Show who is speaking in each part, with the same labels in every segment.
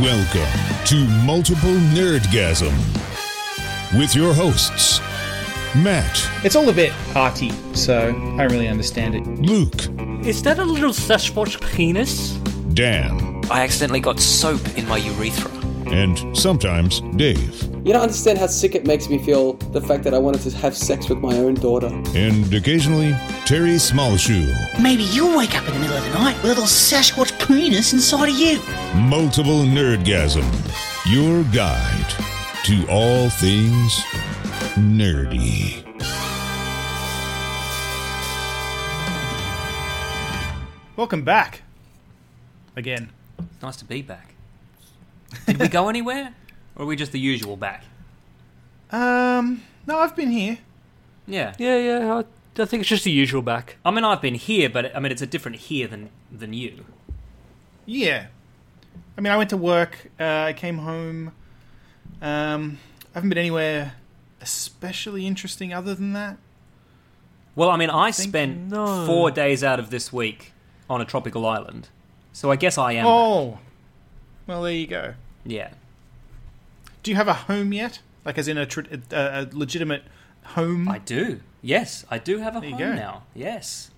Speaker 1: Welcome to Multiple Nerdgasm with your hosts, Matt,
Speaker 2: It's all a bit arty, so I don't really understand it.
Speaker 1: Luke,
Speaker 3: Is that a little Sasquatch penis?
Speaker 1: Dan,
Speaker 4: I accidentally got soap in my urethra.
Speaker 1: and sometimes Dave.
Speaker 5: You don't understand how sick it makes me feel the fact that I wanted to have sex with my own daughter.
Speaker 1: And occasionally, Terry Smallshoe.
Speaker 6: Maybe you'll wake up in the middle of the night with a little Sasquatch penis inside of you.
Speaker 1: Multiple Nerdgasm, your guide to all things nerdy.
Speaker 2: Welcome back. Again.
Speaker 4: It's nice to be back. Did we go anywhere? Or are we just the usual back?
Speaker 2: Um, no, I've been here.
Speaker 4: Yeah.
Speaker 3: Yeah, yeah. I, I think it's just the usual back.
Speaker 4: I mean, I've been here, but I mean, it's a different here than than you.
Speaker 2: Yeah. I mean, I went to work, uh, I came home. Um, I haven't been anywhere especially interesting other than that.
Speaker 4: Well, I mean, I spent
Speaker 3: no.
Speaker 4: four days out of this week on a tropical island, so I guess I am.
Speaker 2: Oh! Well, there you go.
Speaker 4: back. Yeah.
Speaker 2: Do you have a home yet? Like, as in a, tr- a, a legitimate home?
Speaker 4: I do. Yes, I do have a
Speaker 2: There you
Speaker 4: home
Speaker 2: go.
Speaker 4: now. Yes.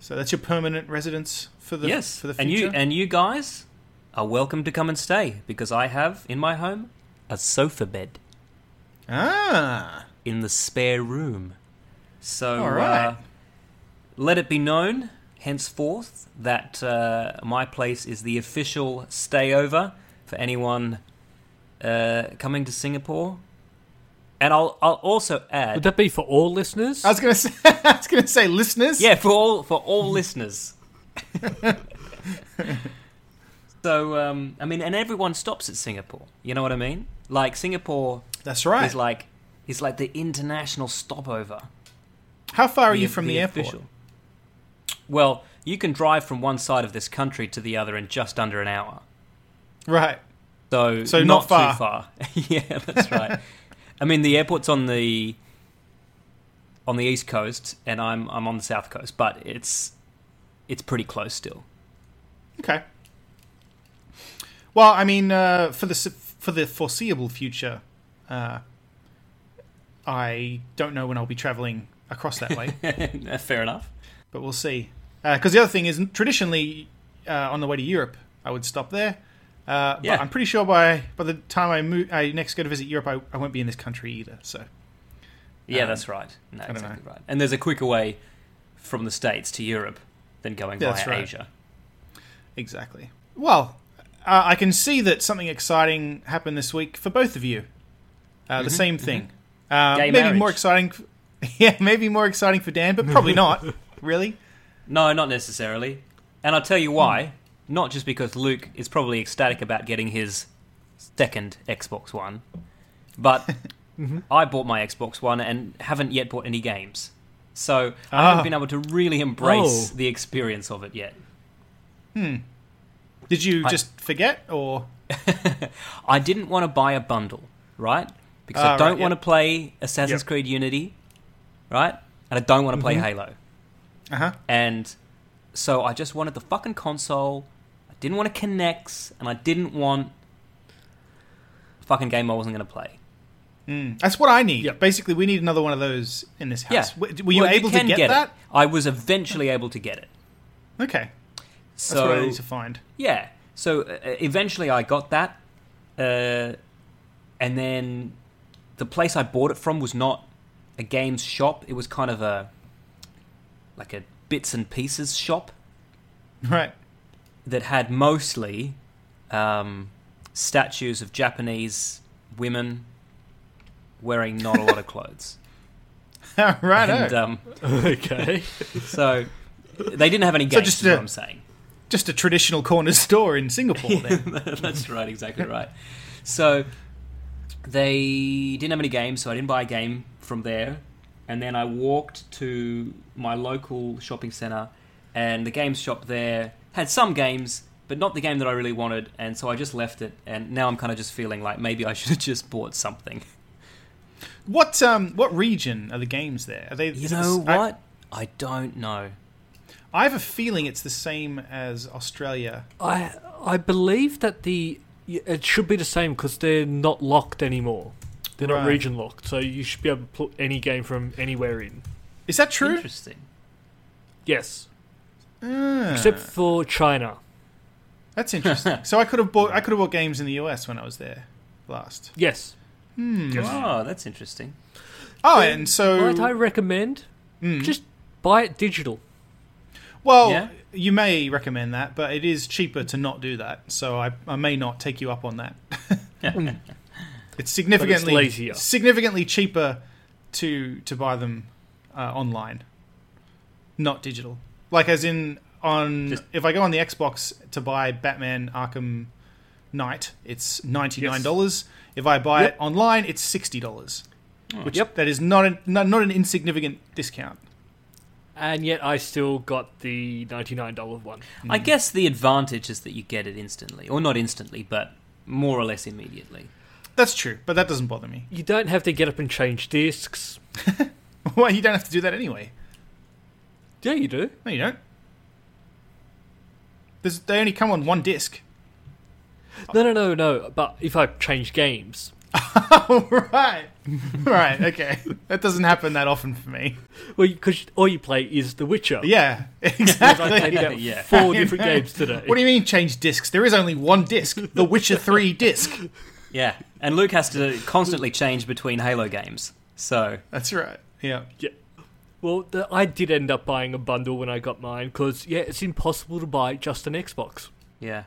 Speaker 2: so that's your permanent residence for the
Speaker 4: yes.
Speaker 2: for the
Speaker 4: and
Speaker 2: future.
Speaker 4: you and you guys are welcome to come and stay because I have in my home a sofa bed.
Speaker 2: ah,
Speaker 4: in the spare room. So,
Speaker 2: All right.
Speaker 4: uh, let it be known henceforth that uh, my place is the official stayover for anyone uh, coming to Singapore. And I'll, I'll also add,
Speaker 3: Would that be for all listeners?
Speaker 2: I was gonna say, I was gonna say, listeners.
Speaker 4: yeah, for all for all listeners. so, um, I mean, and everyone stops at Singapore. You know what I mean? Like Singapore
Speaker 2: that's right.
Speaker 4: is like is like the international stopover.
Speaker 2: How far are
Speaker 4: the-
Speaker 2: you from the, airport?
Speaker 4: official. Well, you can drive from one side of this country to the other in just under an hour.
Speaker 2: Right.
Speaker 4: So,
Speaker 2: So not
Speaker 4: not,
Speaker 2: far.
Speaker 4: too far. yeah, that's right. I mean, the airport's on the on the east coast, and I'm I'm on the south coast, but it's it's pretty close still.
Speaker 2: Okay. Well, I mean, uh, for the s- for the foreseeable future, uh, I don't know when I'll be traveling across that way,
Speaker 4: Fair enough.
Speaker 2: but we'll see. Because the other thing is, traditionally, uh, on the way to Europe, I would stop there. Uh,
Speaker 4: Yeah.
Speaker 2: But I'm pretty sure by by the time I move, I next go to visit Europe, I, I won't be in this country either. So
Speaker 4: Yeah,
Speaker 2: Um,
Speaker 4: that's right. No,
Speaker 2: don't
Speaker 4: exactly
Speaker 2: know.
Speaker 4: right. And there's a quicker way from the states to Europe than going
Speaker 2: That's
Speaker 4: via
Speaker 2: right.
Speaker 4: Asia.
Speaker 2: exactly. Well, uh, I can see that something exciting happened this week for both of you. Uh, The same thing. Uh,
Speaker 4: Mm-hmm, Gay
Speaker 2: maybe
Speaker 4: marriage.
Speaker 2: more exciting. Yeah, maybe more exciting for Dan, but probably not. really?
Speaker 4: No, not necessarily. And I'll tell you why. Not just because Luke is probably ecstatic about getting his second Xbox One, but
Speaker 2: Mm-hmm.
Speaker 4: I bought my Xbox One and haven't yet bought any games. So I
Speaker 2: Ah.
Speaker 4: haven't been able to really embrace
Speaker 3: Oh.
Speaker 4: the experience of it yet.
Speaker 2: Did you
Speaker 4: I-
Speaker 2: just forget, or
Speaker 4: I didn't want to buy a bundle, right? Because
Speaker 2: Ah,
Speaker 4: I don't
Speaker 2: right,
Speaker 4: want
Speaker 2: yep.
Speaker 4: to play Assassin's
Speaker 2: Yep. Mm-hmm.
Speaker 4: Creed Unity, right? And I don't want to play Halo.
Speaker 2: Uh-huh.
Speaker 4: And so I just wanted the fucking console. I didn't want to connect, and I didn't want a fucking game I wasn't going to play.
Speaker 2: that's what I need?
Speaker 3: Yep.
Speaker 2: Basically, we need another one of those in this
Speaker 4: Yeah.
Speaker 2: house. W- Were you
Speaker 4: Well,
Speaker 2: able to
Speaker 4: can
Speaker 2: get,
Speaker 4: It.
Speaker 2: that?
Speaker 4: I was eventually able to get it.
Speaker 2: Okay,
Speaker 4: So
Speaker 2: that's what I need to find.
Speaker 4: Yeah. So uh, eventually I got that. Uh, and then the place I bought it from was not a games shop. It was kind of a like a bits and pieces shop
Speaker 2: Right.
Speaker 4: that had mostly um, statues of Japanese women wearing not a lot of clothes.
Speaker 2: right.
Speaker 4: and um,
Speaker 3: okay.
Speaker 4: so they didn't have any games,
Speaker 2: just
Speaker 4: is what
Speaker 2: a-
Speaker 4: I'm saying.
Speaker 2: just a traditional corner store in Singapore. Then.
Speaker 4: That's right, exactly right. So they didn't have any games, so I didn't buy a game from there. And then I walked to my local shopping centre, and the games shop there had some games, but not the game that I really wanted. And so I just left it, and now I'm kind of just feeling like maybe I should have just bought something.
Speaker 2: what um what region are the games there? Are they?
Speaker 4: You
Speaker 2: is it
Speaker 4: know
Speaker 2: the s- I-
Speaker 4: what? I, don't know.
Speaker 2: I have a feeling it's the same as Australia.
Speaker 3: I I believe that the y- it should be the same because they're not locked anymore. They're not
Speaker 2: Right.
Speaker 3: region locked, so you should be able to put any game from anywhere in.
Speaker 2: Is that true?
Speaker 4: Interesting.
Speaker 3: Yes,
Speaker 2: Ah,
Speaker 3: except for China.
Speaker 2: that's interesting. so I could have bought I could have bought games in the US when I was there last.
Speaker 3: Yes.
Speaker 4: Oh, that's interesting.
Speaker 2: Oh, and so
Speaker 3: Might I recommend?
Speaker 2: Hmm.
Speaker 3: Just buy it digital.
Speaker 2: Well,
Speaker 4: Yeah.
Speaker 2: you may recommend that, but it is cheaper to not do that. So I, I may not take you up on that. it's significantly
Speaker 3: lazier.
Speaker 2: significantly cheaper to to buy them uh, online, not digital. Like as in on
Speaker 4: Just-
Speaker 2: if I go on the Xbox to buy Batman Arkham Knight, it's ninety nine dollars. If I buy it online, it's sixty dollars. Which
Speaker 3: Yep.
Speaker 2: that is not, an not not an insignificant discount.
Speaker 3: And yet I still got the $99 one.
Speaker 4: I guess the advantage is that you get it instantly, or not instantly, but more or less immediately.
Speaker 2: That's true, but that doesn't bother me.
Speaker 3: You don't have to get up and change discs.
Speaker 2: Well, you don't have to do that anyway.
Speaker 3: Yeah, you do.
Speaker 2: No, you don't. There's, they only come on one disc.
Speaker 3: No, no, no, no. But if I change games,
Speaker 2: Oh, right. right, okay. That doesn't happen that often for me.
Speaker 3: well, because all you play is The Witcher.
Speaker 2: Yeah,
Speaker 3: I played
Speaker 2: exactly.
Speaker 3: about
Speaker 4: Yeah.
Speaker 3: four different games today.
Speaker 2: What do you mean change discs? There is only one disc. The Witcher 3 disc.
Speaker 4: Yeah, and Luke has to constantly change between Halo games. So
Speaker 2: That's right. Yeah.
Speaker 3: Well, the, I did end up buying a bundle when I got mine because yeah, it's impossible to buy just an Xbox.
Speaker 4: yeah,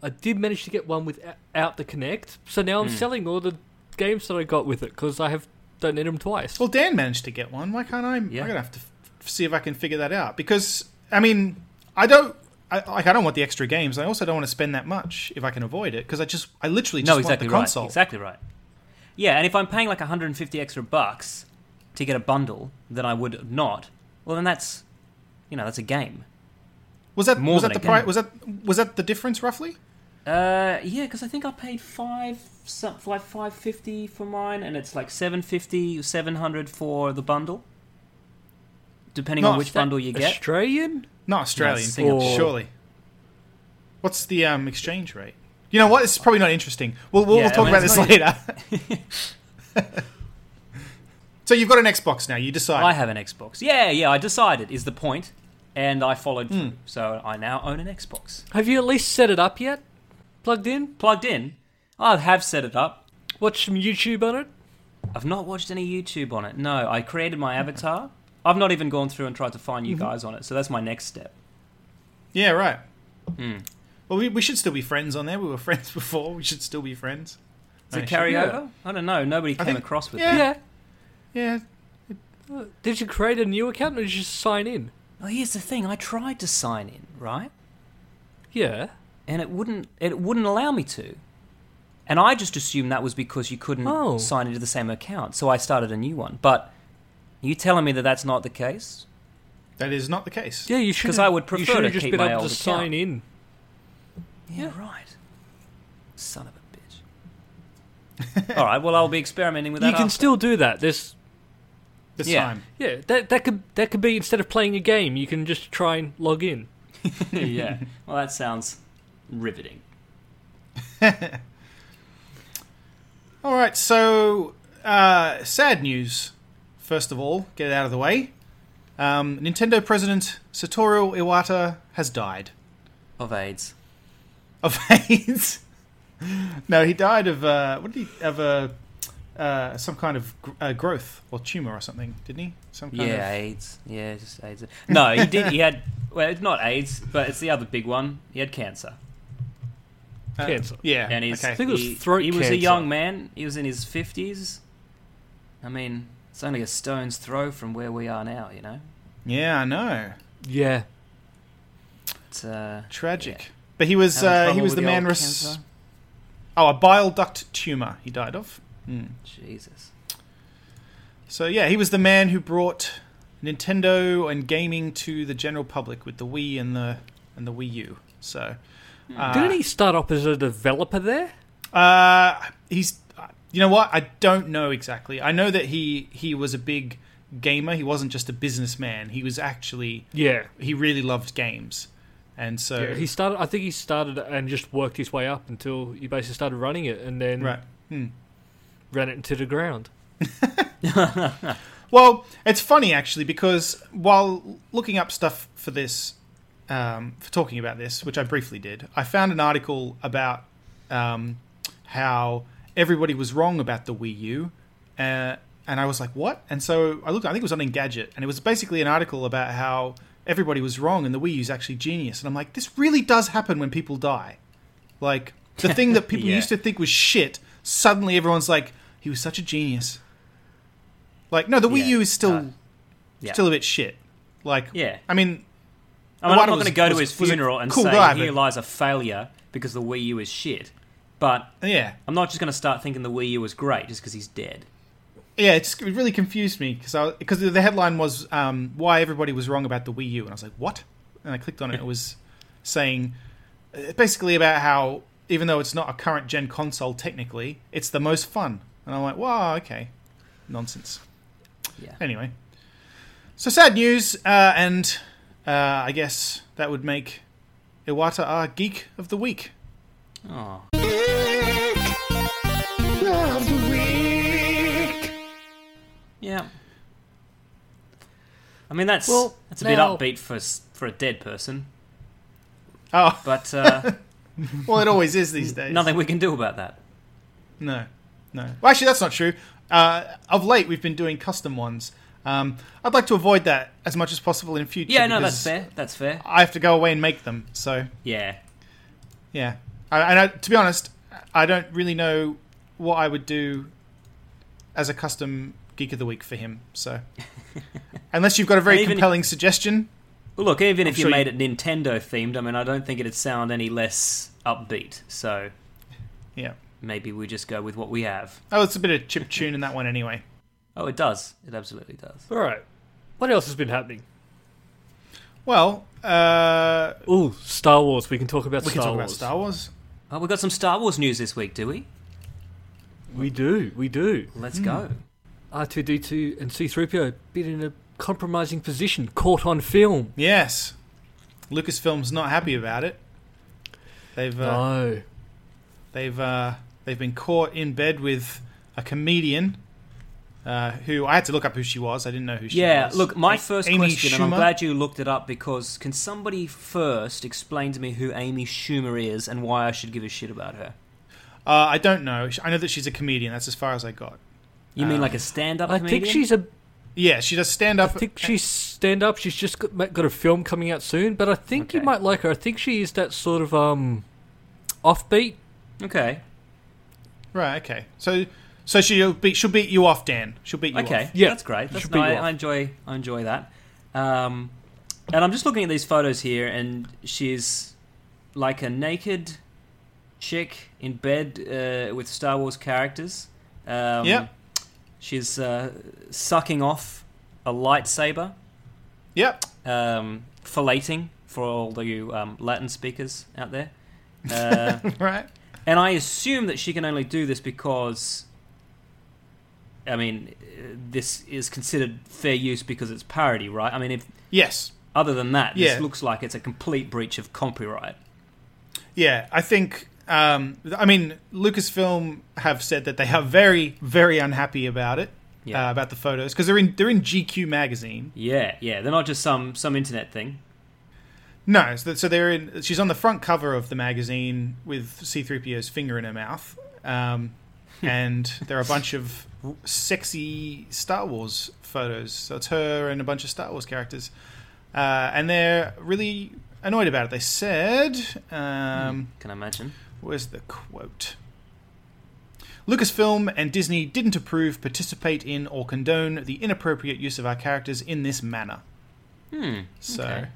Speaker 3: I did manage to get one without the Connect, so now I'm selling all the games that I got with it because I have donated them twice.
Speaker 2: Well, Dan managed to get one. Why can't I?
Speaker 4: Yeah.
Speaker 2: I'm gonna have to f- see if I can figure that out. Because I mean, I don't. I, like, I don't want the extra games. I also don't want to spend that much if I can avoid it. Because I just, I literally just
Speaker 4: no,
Speaker 2: want
Speaker 4: exactly
Speaker 2: the
Speaker 4: right,
Speaker 2: console.
Speaker 4: exactly right. Yeah, and if I'm paying like 150 extra bucks to get a bundle that I would not, well, then that's you know that's a game.
Speaker 2: Was that
Speaker 4: More
Speaker 2: was
Speaker 4: than
Speaker 2: that the
Speaker 4: a
Speaker 2: price?
Speaker 4: game.
Speaker 2: Was that was that the difference roughly?
Speaker 4: Uh, yeah, because I think I paid five, so- like five fifty for mine, and it's like 750 or 700 for the bundle, depending on
Speaker 2: Nice.
Speaker 4: which bundle you get.
Speaker 3: Australian?
Speaker 2: Not Australian,
Speaker 4: No, Singapore.
Speaker 2: or- surely. What's the um, exchange rate? You know what? It's probably not interesting. We'll we'll,
Speaker 4: Yeah,
Speaker 2: we'll talk
Speaker 4: I mean,
Speaker 2: about
Speaker 4: it's
Speaker 2: this
Speaker 4: not-
Speaker 2: later. so you've got an Xbox now. You decide.
Speaker 4: I have an Xbox. Yeah, yeah, I decided is the point, and I followed through. So I now own an Xbox.
Speaker 3: Have you at least set it up yet? Plugged in?
Speaker 4: Plugged in. I have set it up.
Speaker 3: Watch some YouTube on it?
Speaker 4: I've not watched any YouTube on it. No, I created my avatar. I've not even gone through and tried to find you guys on it. So that's my next step.
Speaker 2: Yeah, right.
Speaker 4: Hmm.
Speaker 2: Well, we, we should still be friends on there. We were friends before. We should still be friends.
Speaker 4: Does it
Speaker 2: Nice.
Speaker 4: carry
Speaker 3: Yeah.
Speaker 4: over? I don't know. Nobody came
Speaker 2: think-
Speaker 4: across with
Speaker 2: yeah.
Speaker 4: it.
Speaker 3: Yeah.
Speaker 2: Yeah.
Speaker 3: Did you create a new account or did you just sign in?
Speaker 4: Well, here's the thing. I tried to sign in, right?
Speaker 3: Yeah.
Speaker 4: and it wouldn't it wouldn't allow me to. And I just assumed that was because you couldn't
Speaker 3: Oh.
Speaker 4: sign into the same account, so I started a new one. But you telling me that that's not the case?
Speaker 2: That is not the case.
Speaker 3: Yeah, you should.
Speaker 4: 'Cause I would prefer
Speaker 3: you should
Speaker 4: to
Speaker 3: have just
Speaker 4: keep
Speaker 3: been
Speaker 4: my
Speaker 3: able to
Speaker 4: old
Speaker 3: sign
Speaker 4: account.
Speaker 3: in.
Speaker 4: Yeah, right. Son of a bitch. All right. Well, I'll be experimenting with that.
Speaker 3: You can
Speaker 4: after.
Speaker 3: still do that. There's
Speaker 2: This
Speaker 4: Yeah.
Speaker 2: time.
Speaker 3: yeah, that that could that could be instead of playing a game, you can just try and log in.
Speaker 4: yeah. Well, that sounds riveting.
Speaker 2: All right. So, uh, sad news. First of all, get it out of the way. Um, Nintendo president Satoru Iwata has died
Speaker 4: Of AIDS.
Speaker 2: of AIDS. no, he died of uh, what did he of a uh, some kind of gr- uh, growth or tumor or something, didn't he? Some kind
Speaker 4: yeah,
Speaker 2: of
Speaker 4: AIDS. Yeah, just AIDS. No, he did. He had. Well, it's not AIDS, but it's the other big one. He had cancer.
Speaker 2: uh,
Speaker 3: Cancer.
Speaker 2: Yeah,
Speaker 4: and he's
Speaker 2: okay.
Speaker 3: think it was
Speaker 4: he,
Speaker 3: throat
Speaker 4: he was a
Speaker 3: cancer.
Speaker 4: young man. He was in his fifties. I mean, it's only a stone's throw from where we are now, you know.
Speaker 2: yeah, I know.
Speaker 3: Yeah.
Speaker 4: It's uh,
Speaker 2: Tragic. But he was
Speaker 4: having
Speaker 2: uh, he
Speaker 4: trouble
Speaker 2: was
Speaker 4: with
Speaker 2: the
Speaker 4: old
Speaker 2: man. Res-
Speaker 4: cancer.
Speaker 2: oh, a bile duct tumor he died of. Hmm.
Speaker 4: Jesus.
Speaker 2: So yeah, he was the man who brought Nintendo and gaming to the general public with the Wii and the and the Wii U. So uh,
Speaker 3: Hmm. Didn't he start off as a developer there?
Speaker 2: Uh, he's. You know what? I don't know exactly. I know that he he was a big gamer. He wasn't just a businessman. He was actually
Speaker 3: Yeah.
Speaker 2: he really loved games. and so
Speaker 3: He started. I think he started and just worked his way up until he basically started running it, and then
Speaker 2: right.
Speaker 3: ran it into the ground.
Speaker 2: Well, it's funny actually because while looking up stuff for this, um, for talking about this, which I briefly did, I found an article about um, how everybody was wrong about the Wii U, uh, and I was like, what? And so I looked. I think it was on Engadget, and it was basically an article about how everybody was wrong and the Wii U's actually genius. And I'm like, this really does happen when people die. Like the thing that people
Speaker 4: Yeah.
Speaker 2: used to think was shit, suddenly everyone's like, he was such a genius. Like no, the Wii
Speaker 4: Yeah,
Speaker 2: U is still
Speaker 4: no. Yeah.
Speaker 2: still a bit shit. Like
Speaker 4: Yeah.
Speaker 2: I mean,
Speaker 4: I mean,
Speaker 2: Iwata
Speaker 4: I'm not
Speaker 2: was-
Speaker 4: going to go to
Speaker 2: was-
Speaker 4: his
Speaker 2: was a
Speaker 4: funeral and
Speaker 2: cool
Speaker 4: say
Speaker 2: guy,
Speaker 4: here
Speaker 2: but-
Speaker 4: lies a failure because the Wii U is shit. But
Speaker 2: yeah,
Speaker 4: I'm not just going to start thinking the Wii U was great just because he's dead.
Speaker 2: yeah. It's, it really confused me because because the headline was um, why everybody was wrong about the Wii U, and I was like, what? And I clicked on it. It was saying uh, basically about how even though it's not a current gen console technically, it's the most fun. And I'm like, wow, okay, nonsense.
Speaker 4: Yeah.
Speaker 2: Anyway, so sad news, uh, and uh, I guess that would make Iwata our geek of the week.
Speaker 4: Oh. Yeah. I mean that's
Speaker 3: Well,
Speaker 4: that's a bit
Speaker 3: now-
Speaker 4: upbeat for s- for a dead person,
Speaker 2: Oh,
Speaker 4: but uh,
Speaker 2: well, it always is these days.
Speaker 4: nothing we can do about that.
Speaker 2: No, no. Well, actually, that's not true. Uh, of late, we've been doing custom ones. Um, I'd like to avoid that as much as possible in future.
Speaker 4: Yeah, no,
Speaker 2: because
Speaker 4: that's fair. That's fair.
Speaker 2: I have to go away and make them. So
Speaker 4: Yeah.
Speaker 2: yeah, I, and I, to be honest, I don't really know what I would do as a custom geek of the week for him. So unless you've got a
Speaker 4: And
Speaker 2: very
Speaker 4: even if-
Speaker 2: compelling suggestion,
Speaker 4: Well, look, even if
Speaker 2: sure
Speaker 4: you
Speaker 2: you-
Speaker 4: made it Nintendo themed, I mean, I don't think it'd sound any less upbeat. So
Speaker 2: yeah.
Speaker 4: maybe we just go with what we have.
Speaker 2: Oh, it's a bit of chip tune in that one anyway.
Speaker 4: Oh, it does. It absolutely does.
Speaker 3: All right. What else has been happening?
Speaker 2: Well, uh,
Speaker 3: Ooh, Star Wars. We can talk about
Speaker 2: we can
Speaker 3: Star
Speaker 2: talk
Speaker 3: Wars.
Speaker 2: about Star Wars.
Speaker 4: Oh, we got some Star Wars news this week, do we?
Speaker 3: We do. We do.
Speaker 4: Let's go.
Speaker 3: R2D2 and C3PO been in a compromising position, caught on film.
Speaker 2: Yes. Lucasfilm's not happy about it. They've uh,
Speaker 3: No.
Speaker 2: they've uh, they've been caught in bed with a comedian uh, who I had to look up who she was. I didn't know who she
Speaker 4: Yeah,
Speaker 2: was.
Speaker 4: look, my
Speaker 2: A-
Speaker 4: first
Speaker 2: Amy
Speaker 4: question, and I'm
Speaker 2: Schumer?
Speaker 4: glad you looked it up because can somebody first explain to me who Amy Schumer is and why I should give a shit about her?
Speaker 2: Uh, I don't know. I know that she's a comedian. That's as far as I got.
Speaker 4: You
Speaker 2: Uh,
Speaker 4: mean like a stand up
Speaker 3: I
Speaker 4: comedian?
Speaker 3: think she's a.
Speaker 2: Yeah, she does stand up.
Speaker 3: I think she's stand up. She's just got, ma- got a film coming out soon, but I think you
Speaker 4: Okay.
Speaker 3: might like her. I think she is that sort of um, offbeat.
Speaker 4: Okay.
Speaker 2: Right. Okay. So so she'll beat she'll beat you off, Dan. She'll beat you
Speaker 4: Okay.
Speaker 2: off.
Speaker 3: Yeah,
Speaker 4: That's great. That's
Speaker 3: should be
Speaker 4: no, I,
Speaker 3: off.
Speaker 4: I enjoy I enjoy that. Um, and I'm just looking at these photos here and she's like a naked chick in bed uh, with Star Wars characters. Um,
Speaker 2: Yep.
Speaker 4: She's uh, sucking off a lightsaber.
Speaker 2: Yep.
Speaker 4: um, filleting for all the um, Latin speakers out there. Uh,
Speaker 2: Right.
Speaker 4: and I assume that she can only do this because, I mean, uh, this is considered fair use because it's parody, right? I mean, if
Speaker 2: Yes.
Speaker 4: other than that,
Speaker 2: Yeah.
Speaker 4: this looks like it's a complete breach of copyright.
Speaker 2: Yeah, I think. Um, I mean, Lucasfilm have said that they are very, very unhappy about it,
Speaker 4: Yeah.
Speaker 2: uh, about the photos, because they're in they're in GQ magazine.
Speaker 4: Yeah, yeah, they're not just some some internet thing.
Speaker 2: No, so, so they're in. She's on the front cover of the magazine with C-3PO's finger in her mouth, um, and there are a bunch of sexy Star Wars photos. So it's her and a bunch of Star Wars characters, uh, and they're really annoyed about it. They said. Um,
Speaker 4: Can I imagine?
Speaker 2: Where's the quote? Lucasfilm and Disney didn't approve, participate in, or condone the inappropriate use of our characters in this manner.
Speaker 4: Hmm.
Speaker 2: So,
Speaker 4: Okay.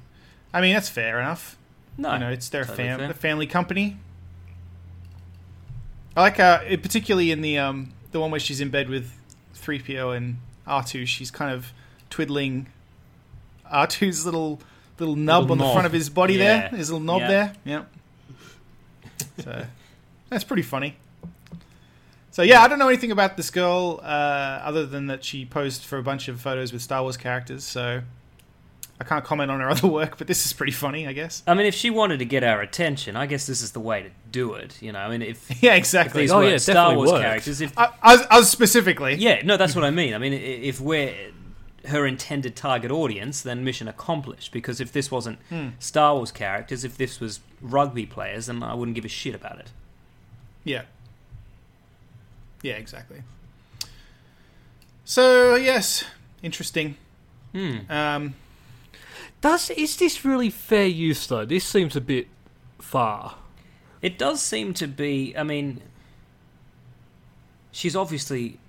Speaker 2: I mean, that's fair enough.
Speaker 4: No,
Speaker 2: you know, it's their
Speaker 4: totally
Speaker 2: fam-
Speaker 4: fair.
Speaker 2: a family company. I like, uh, it- particularly in the um, the one where she's in bed with 3PO and R2, she's kind of twiddling R2's little little nub
Speaker 4: Little
Speaker 2: on the
Speaker 4: knob.
Speaker 2: front of his body
Speaker 4: Yeah.
Speaker 2: there, his little knob
Speaker 4: Yeah.
Speaker 2: there. Yep. So that's pretty funny. So yeah, I don't know anything about this girl uh, other than that she posed for a bunch of photos with Star Wars characters. So I can't comment on her other work, but this is pretty funny, I guess.
Speaker 4: I mean, if she wanted to get our attention, I guess this is the way to do it. You know, I mean, if
Speaker 2: Yeah, exactly.
Speaker 4: these
Speaker 3: Oh,
Speaker 4: were
Speaker 3: yeah, it
Speaker 4: Star
Speaker 3: definitely
Speaker 4: Wars
Speaker 3: worked.
Speaker 4: characters, if
Speaker 2: I, us, us specifically.
Speaker 4: yeah, no, that's what I mean. I mean, i- if we're her intended target audience, then mission accomplished. Because if this wasn't Star Wars characters, if this was rugby players, then I wouldn't give a shit about it.
Speaker 2: Yeah. Yeah, exactly. So yes, interesting.
Speaker 3: Hmm.
Speaker 2: Um,
Speaker 3: Does is this really fair use though? This seems a bit far.
Speaker 4: It does seem to be. I mean, she's obviously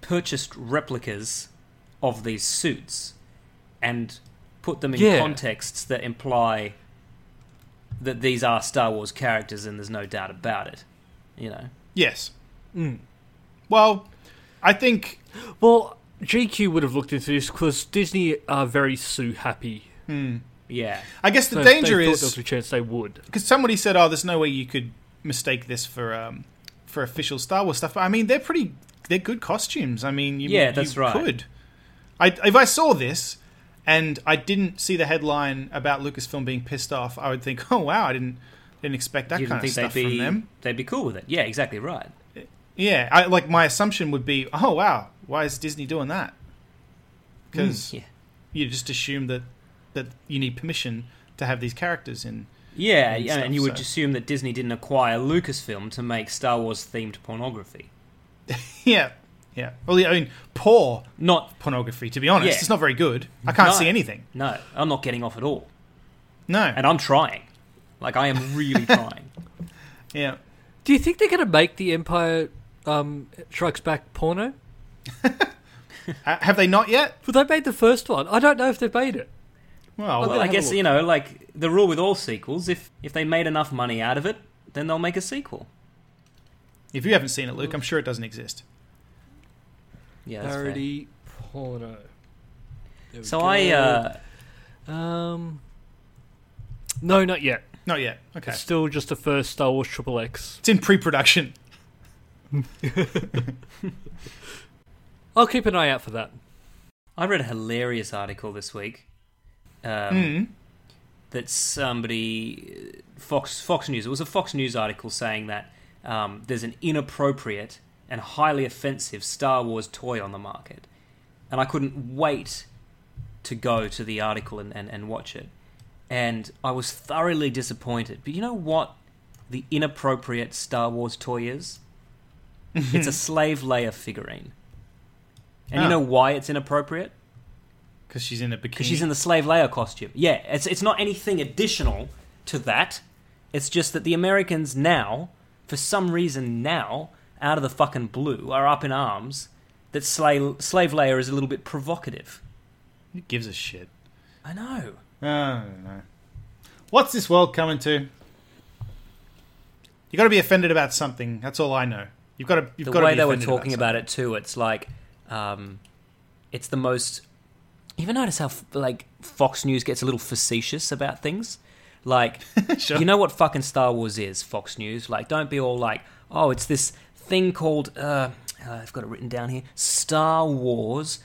Speaker 4: purchased replicas of these suits and put them in
Speaker 3: Yeah.
Speaker 4: contexts that imply that these are Star Wars characters, and there's no doubt about it. You know,
Speaker 2: yes. Hmm. Well, I think
Speaker 3: Well, GQ would have looked into this because Disney are very Sue happy.
Speaker 4: yeah.
Speaker 2: I guess the
Speaker 3: So if
Speaker 2: danger
Speaker 3: they thought there
Speaker 2: is
Speaker 3: was a chance they would.
Speaker 2: because somebody said, "Oh, there's no way you could mistake this for um, for official Star Wars stuff." But I mean, they're pretty they're good costumes. I mean, you,
Speaker 4: Yeah, that's
Speaker 2: you
Speaker 4: right.
Speaker 2: Could I if I saw this and I didn't see the headline about Lucasfilm being pissed off, I would think, "Oh wow, I didn't didn't expect that
Speaker 4: you didn't
Speaker 2: kind of
Speaker 4: think they'd
Speaker 2: stuff
Speaker 4: be
Speaker 2: from them."
Speaker 4: they'd be cool with it. Yeah, exactly right.
Speaker 2: Yeah, I, like my assumption would be, "Oh wow, why is Disney doing that?" Because
Speaker 4: Hmm, Yeah,
Speaker 2: you just assume that that you need permission to have these characters in.
Speaker 4: yeah,
Speaker 2: And
Speaker 4: yeah,
Speaker 2: stuff,
Speaker 4: and you would
Speaker 2: so-
Speaker 4: assume that Disney didn't acquire Lucasfilm to make Star Wars themed pornography.
Speaker 2: Yeah, yeah. Well, yeah, I mean, poor
Speaker 4: Not
Speaker 2: pornography. To be honest,
Speaker 4: Yeah.
Speaker 2: it's not very good. I can't
Speaker 4: No.
Speaker 2: see anything.
Speaker 4: No, I'm not getting off at all.
Speaker 2: No.
Speaker 4: And I'm trying. Like, I am really trying.
Speaker 2: yeah.
Speaker 3: Do you think they're going to make the Empire um, Strikes Back porno?
Speaker 2: Uh, have they not yet?
Speaker 3: Well, they made the first one. I don't know if they made it.
Speaker 2: Oh, Well,
Speaker 4: Well, I
Speaker 3: have a
Speaker 4: guess,
Speaker 3: look.
Speaker 4: you know, like, the rule with all sequels if, if they made enough money out of it, then they'll make a sequel.
Speaker 2: if you haven't seen it, Luke, I'm sure it doesn't exist.
Speaker 4: Yeah, that's fair.
Speaker 3: Parody porno. There we
Speaker 4: So
Speaker 3: go.
Speaker 4: I, uh,
Speaker 3: um, no, not yet.
Speaker 2: Not yet. Okay.
Speaker 3: It's still just the first Star Wars Triple X.
Speaker 2: It's in pre-production.
Speaker 3: I'll keep an eye out for that.
Speaker 4: I read a hilarious article this week um, that somebody Fox Fox News. It was a Fox News article saying that um, there's an inappropriate and highly offensive Star Wars toy on the market, and I couldn't wait to go to the article and, and, and watch it. And I was thoroughly disappointed. But you know what the inappropriate Star Wars toy is? it's a slave Leia figurine. And
Speaker 2: Ah.
Speaker 4: you know why it's inappropriate?
Speaker 2: Because she's in a bikini.
Speaker 4: Because she's in the slave layer costume. Yeah, it's it's not anything additional to that. It's just that the Americans now, for some reason now, out of the fucking blue, are up in arms that slave slave layer is a little bit provocative.
Speaker 2: Who gives a shit?
Speaker 4: I know.
Speaker 2: Oh, I don't know. What's this world coming to? You got to be offended about something. That's all I know. You've got to. You've
Speaker 4: The
Speaker 2: got to
Speaker 4: way
Speaker 2: be
Speaker 4: they were
Speaker 2: offended
Speaker 4: talking
Speaker 2: about,
Speaker 4: about, it too, it's like, um, it's the most. You ever notice how f- like Fox News gets a little facetious about things? Like,
Speaker 2: Sure.
Speaker 4: you know what fucking Star Wars is, Fox News. Like, don't be all like, oh, it's this thing called, uh, uh, I've got it written down here, Star Wars.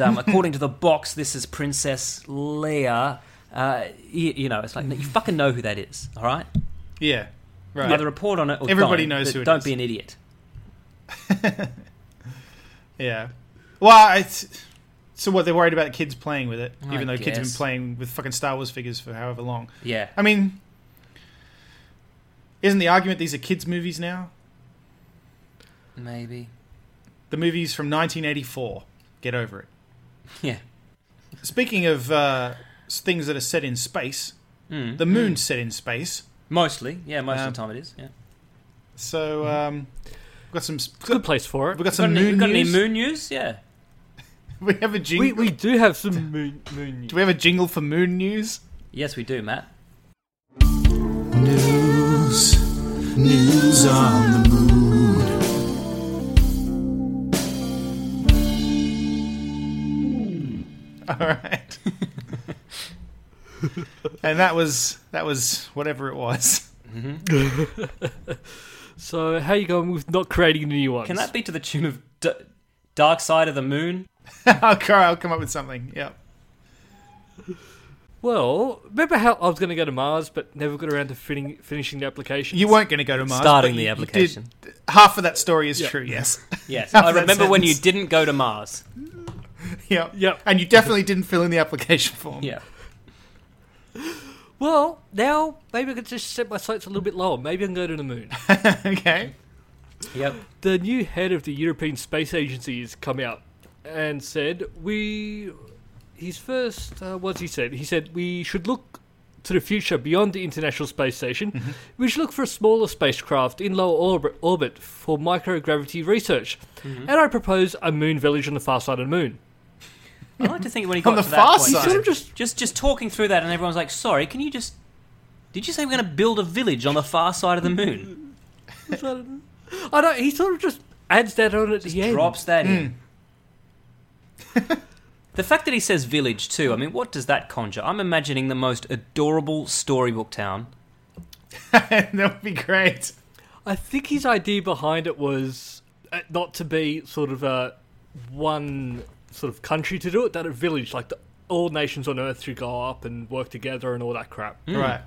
Speaker 4: um, according to the box, this is Princess Leia. Uh, you, you know, it's like, you fucking know who that is, all right?
Speaker 2: something. Yeah. Right.
Speaker 4: Either report on it or
Speaker 2: Everybody
Speaker 4: don't,
Speaker 2: knows
Speaker 4: but
Speaker 2: who it
Speaker 4: Don't
Speaker 2: is.
Speaker 4: be an idiot.
Speaker 2: Yeah. Well, it's, so what? They're worried about kids playing with it, even though kids have been
Speaker 4: guess.
Speaker 2: playing with fucking Star Wars figures for however long.
Speaker 4: Yeah.
Speaker 2: I mean, isn't the argument these are kids' movies now?
Speaker 4: Maybe.
Speaker 2: The movies from 1984. Get over it.
Speaker 4: Yeah.
Speaker 2: Speaking of uh, s- things that are set in space, the moon's set in space.
Speaker 4: Mostly. Yeah, most
Speaker 2: Um,
Speaker 4: of the time it is. Yeah.
Speaker 2: So um, we've got some. s-
Speaker 3: Good place for it.
Speaker 2: We've got some
Speaker 4: any,
Speaker 2: moon
Speaker 4: got any
Speaker 2: news.
Speaker 4: moon news? Yeah.
Speaker 2: We have a jingle.
Speaker 3: We, we do have some moon, moon
Speaker 2: Do we have a jingle for moon news?
Speaker 4: Yes, we do, Matt.
Speaker 7: News on the moon.
Speaker 2: All right. and that was that was whatever it was.
Speaker 3: So how you going with not creating new ones?
Speaker 4: Can that be to the tune of D- Dark Side of the Moon?
Speaker 2: I'll, co- I'll come up with something. Yep.
Speaker 3: Well, remember how I was going to go to Mars, but never got around to fin- finishing the application.
Speaker 2: You weren't going to go to Mars.
Speaker 4: Starting
Speaker 2: but
Speaker 4: the
Speaker 2: you- you did-
Speaker 4: application.
Speaker 2: half of that story is true. Yes.
Speaker 4: Yes,
Speaker 2: Half
Speaker 4: I
Speaker 2: of that
Speaker 4: remember when you
Speaker 2: sentence.
Speaker 4: didn't go to Mars.
Speaker 2: yeah.
Speaker 3: Yep.
Speaker 2: And you definitely didn't fill in the application form.
Speaker 4: Yeah.
Speaker 3: Well, now maybe I could just set my sights a little bit lower. Maybe I can go to the moon.
Speaker 2: okay.
Speaker 4: Yep.
Speaker 3: the new head of the European Space Agency has come out and said we. His first, uh, what's he said? He said we should look to the future beyond the International Space Station. We should look for a smaller spacecraft in low orbit, orbit for microgravity research, and I propose a moon village on the far side of the moon.
Speaker 4: I like to think when he got
Speaker 2: On the
Speaker 4: to that
Speaker 2: far
Speaker 4: point,
Speaker 2: side.
Speaker 3: Sort of just
Speaker 4: just just talking through that, and everyone's like, "Sorry, can you just? Did you say we're going to build a village on the far side of the moon?"
Speaker 3: I don't. He sort of just adds that on at the end.
Speaker 4: Drops that in.
Speaker 2: Mm.
Speaker 4: the fact that he says village too. I mean, what does that conjure? I'm imagining the most adorable storybook town.
Speaker 2: that would be great.
Speaker 3: I think his idea behind it was uh, not to be sort of a one sort of country to do it, that a village, like the, all nations on Earth should go up and work together and all that crap.
Speaker 4: Mm.
Speaker 2: Right.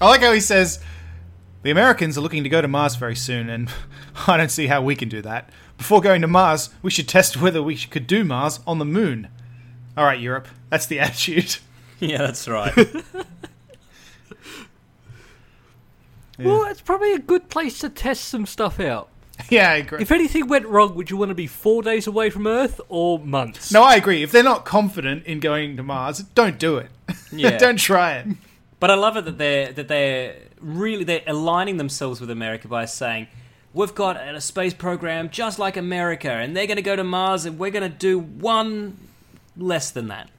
Speaker 2: I like how he says the Americans are looking to go to Mars very soon, and I don't see how we can do that. Before going to Mars, we should test whether we sh- could do Mars on the moon. All right, Europe. That's the attitude.
Speaker 4: Yeah, that's right.
Speaker 3: Well, it's probably a good place to test some stuff out.
Speaker 2: yeah, I agree.
Speaker 3: If anything went wrong, would you want to be four days away from Earth or months?
Speaker 2: no, I agree. If they're not confident in going to Mars, don't do it.
Speaker 4: Yeah.
Speaker 2: don't try it.
Speaker 4: But I love it that they're that they're really they're aligning themselves with America by saying we've got a space program just like America, and they're going to go to Mars, and we're going to do one less than that.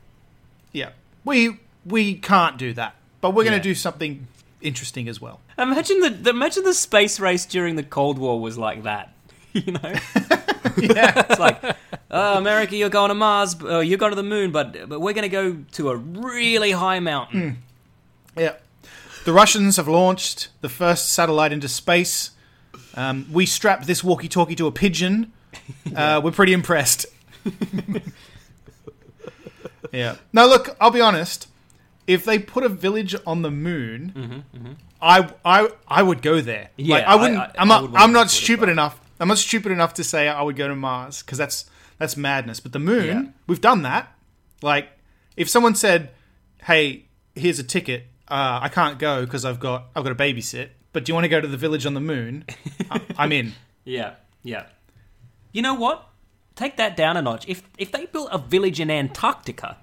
Speaker 2: Yeah. We we can't do that. But we're going
Speaker 4: Yeah.
Speaker 2: to do something interesting as well.
Speaker 4: Imagine the the- imagine the space race during the Cold War was like that. You know, it's like, oh, America, you're going to Mars, b- uh, you're going to the moon, but but we're going to go to a really high mountain.
Speaker 2: Yeah. The Russians have launched the first satellite into space. Um, we strapped this walkie talkie to a pigeon. Uh, we're pretty impressed. yeah. No, look, I'll be honest. If they put a village on the moon, I, I, I would go there.
Speaker 4: Mm-hmm, Yeah,
Speaker 2: like, I wouldn't.
Speaker 4: I-
Speaker 2: I,
Speaker 4: I-
Speaker 2: am
Speaker 4: I
Speaker 2: not.
Speaker 4: would want
Speaker 2: I'm
Speaker 4: to
Speaker 2: not
Speaker 4: do it as
Speaker 2: stupid
Speaker 4: well.
Speaker 2: enough. I'm not stupid enough to say I would go to Mars because that's that's madness. But the moon,
Speaker 4: Yeah.
Speaker 2: we've done that. Like, if someone said, "Hey, here's a ticket. Uh, I can't go because I've got I've got a babysit, but do you want to go to the village on the moon?" I, I'm in.
Speaker 4: Yeah, yeah. You know what? Take that down a notch. If if they built a village in Antarctica,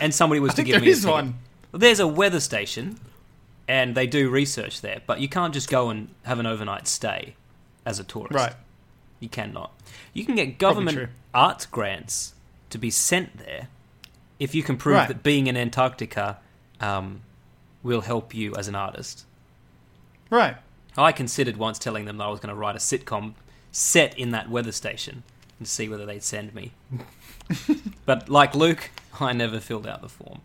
Speaker 4: and somebody was to
Speaker 2: think
Speaker 4: give
Speaker 2: there
Speaker 4: me a
Speaker 2: is
Speaker 4: ticket-
Speaker 2: one.
Speaker 4: Well, there's a weather station, and they do research there, but you can't just go and have an overnight stay as a tourist.
Speaker 2: Right.
Speaker 4: You cannot. You can
Speaker 2: Probably
Speaker 4: get government
Speaker 2: true.
Speaker 4: arts grants to be sent there if you can prove
Speaker 2: Right.
Speaker 4: that being in Antarctica um, will help you as an artist.
Speaker 2: Right.
Speaker 4: I considered once telling them that I was going to write a sitcom set in that weather station and see whether they'd send me. but like Luke, I never filled out the form.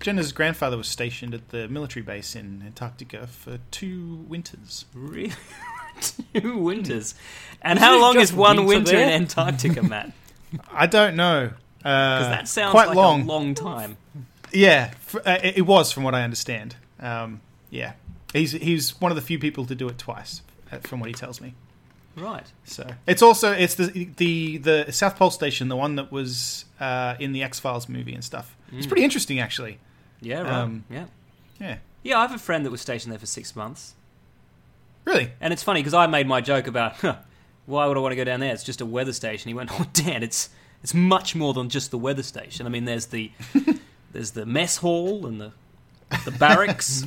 Speaker 2: Jenna's grandfather was stationed at the military base in Antarctica for two winters.
Speaker 4: Really? Two winters. And how long
Speaker 3: just
Speaker 4: is one
Speaker 3: winter
Speaker 4: winter, in
Speaker 3: there?
Speaker 4: Antarctica, Matt?
Speaker 2: I don't know. Because
Speaker 4: That sounds
Speaker 2: Uh, quite
Speaker 4: like
Speaker 2: long.
Speaker 4: a long time.
Speaker 2: Yeah, f- uh, it it was from what I understand. Um, yeah, he's he's one of the few people to do it twice, uh, from what he tells me.
Speaker 4: Right.
Speaker 2: So it's also it's the the the South Pole station, the one that was uh, in the X Files movie and stuff.
Speaker 4: Mm.
Speaker 2: It's pretty interesting, actually.
Speaker 4: Yeah, right.
Speaker 2: Um,
Speaker 4: yeah.
Speaker 2: Yeah,
Speaker 4: Yeah, I have a friend that was stationed there for six months.
Speaker 2: really.
Speaker 4: And it's funny because I made my joke about huh, why would I want to go down there? It's just a weather station. He went, oh, Dan, it's it's much more than just the weather station. I mean, there's the there's the mess hall and the the barracks.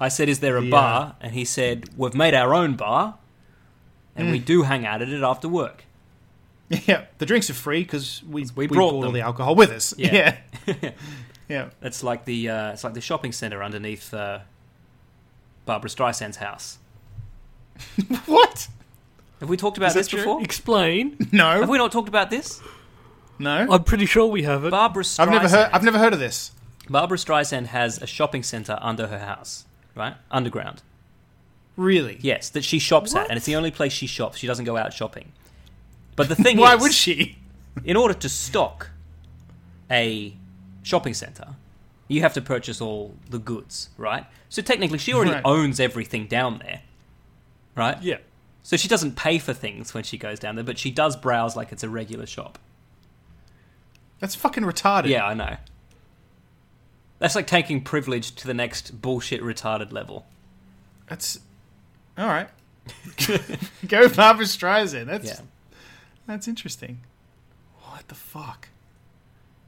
Speaker 4: I said, is there a
Speaker 2: Yeah.
Speaker 4: bar? And he said, we've made our own bar, and
Speaker 2: Mm.
Speaker 4: we do hang out at it after work.
Speaker 2: Yeah, the drinks are free because we
Speaker 4: we brought
Speaker 2: all
Speaker 4: them.
Speaker 2: the alcohol with us.
Speaker 4: Yeah.
Speaker 2: Yeah, yeah.
Speaker 4: That's like the uh, it's like the shopping center underneath uh, Barbara Streisand's house.
Speaker 2: What?
Speaker 4: Have we talked about
Speaker 2: that
Speaker 4: this
Speaker 2: true?
Speaker 4: before?
Speaker 3: Explain.
Speaker 2: No,
Speaker 4: Have we not talked about this?
Speaker 2: no.
Speaker 3: I'm pretty sure we haven't.
Speaker 4: Barbara Streisand.
Speaker 2: I've never heard. I've never heard of this.
Speaker 4: Barbara Streisand has a shopping center under her house, right? Underground.
Speaker 2: Really?
Speaker 4: Yes, that she shops at, and it's the only place she shops. She doesn't go out shopping. But the thing
Speaker 2: Why
Speaker 4: is,
Speaker 2: would she?
Speaker 4: in order to stock a shopping center, you have to purchase all the goods, right? So technically, she already
Speaker 2: Right.
Speaker 4: owns everything down there, right?
Speaker 3: Yeah.
Speaker 4: So she doesn't pay for things when she goes down there, but she does browse like it's a regular shop.
Speaker 2: That's fucking retarded.
Speaker 4: Yeah, I know. That's like taking privilege to the next bullshit retarded level.
Speaker 2: That's all right. Go Barbara Streisand. That's
Speaker 4: Yeah.
Speaker 2: that's interesting. What the fuck?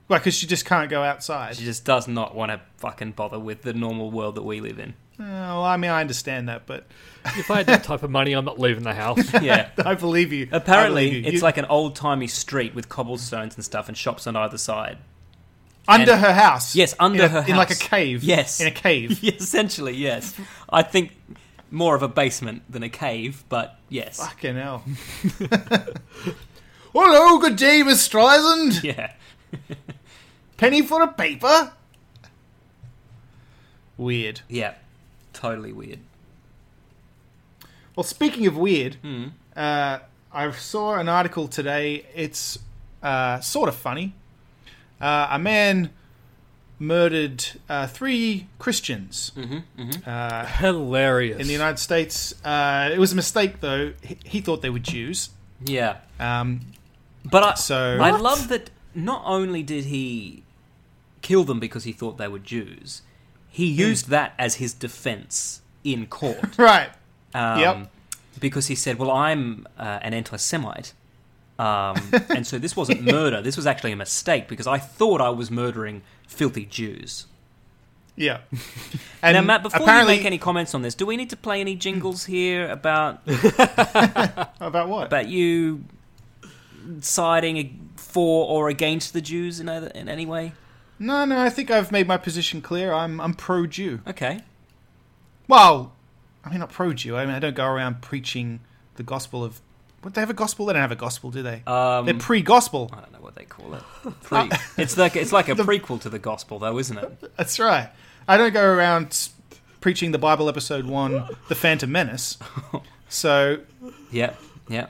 Speaker 2: Well, because she just can't go outside.
Speaker 4: She just does not want to fucking bother with the normal world that we live in.
Speaker 2: Oh, well, I mean, I understand that, but
Speaker 3: If I had that type of money, I'm not leaving the house.
Speaker 4: Yeah.
Speaker 2: I believe you. I
Speaker 4: Apparently,
Speaker 2: believe you.
Speaker 4: it's
Speaker 2: You-
Speaker 4: like an old timey street with cobblestones and stuff and shops on either side.
Speaker 2: under
Speaker 4: and-
Speaker 2: her house.
Speaker 4: Yes, under
Speaker 2: in a-
Speaker 4: her
Speaker 2: in like a
Speaker 4: house.
Speaker 2: cave.
Speaker 4: Yes.
Speaker 2: in a cave.
Speaker 4: Essentially, yes. I think more of a basement than a cave, but yes.
Speaker 2: Fucking hell. Hello, good day, Miss Streisand.
Speaker 4: Yeah.
Speaker 2: Penny for a paper. Weird.
Speaker 4: Yeah. Totally weird.
Speaker 2: Well, speaking of weird,
Speaker 4: Hmm.
Speaker 2: uh, I saw an article today. It's uh, sort of funny. Uh, a man murdered uh, three Christians
Speaker 3: Hilarious.
Speaker 2: in the United States. Uh, it was a mistake, though. He, he thought they were Jews.
Speaker 4: Yeah.
Speaker 2: Um,
Speaker 4: But I,
Speaker 2: So-
Speaker 4: I
Speaker 2: What?
Speaker 4: love that not only did he kill them because he thought they were Jews, he
Speaker 2: Hmm.
Speaker 4: used that as his defense in court.
Speaker 2: right.
Speaker 4: Um,
Speaker 2: Yep.
Speaker 4: Because he said, well, I'm uh, an anti Semite. Um, and so this wasn't murder. This was actually a mistake because I thought I was murdering filthy Jews.
Speaker 2: Yeah.
Speaker 4: Now, Matt, before you make any comments on this, do we need to play any jingles here about
Speaker 2: about what?
Speaker 4: about you siding ag- for or against the Jews in, either, in any way?
Speaker 2: No, no. I think I've made my position clear. I'm I'm pro Jew.
Speaker 4: Okay.
Speaker 2: Well, I mean, not pro Jew. I mean, I don't go around preaching the gospel of. What they have a gospel? They don't have a gospel, do they?
Speaker 4: Um,
Speaker 2: They're pre-gospel.
Speaker 4: I don't know what they call it. Pre- it's like it's like a prequel to the gospel, though, isn't it?
Speaker 2: That's right. I don't go around s- preaching the Bible, episode one, the Phantom Menace. So,
Speaker 4: Yeah, yeah.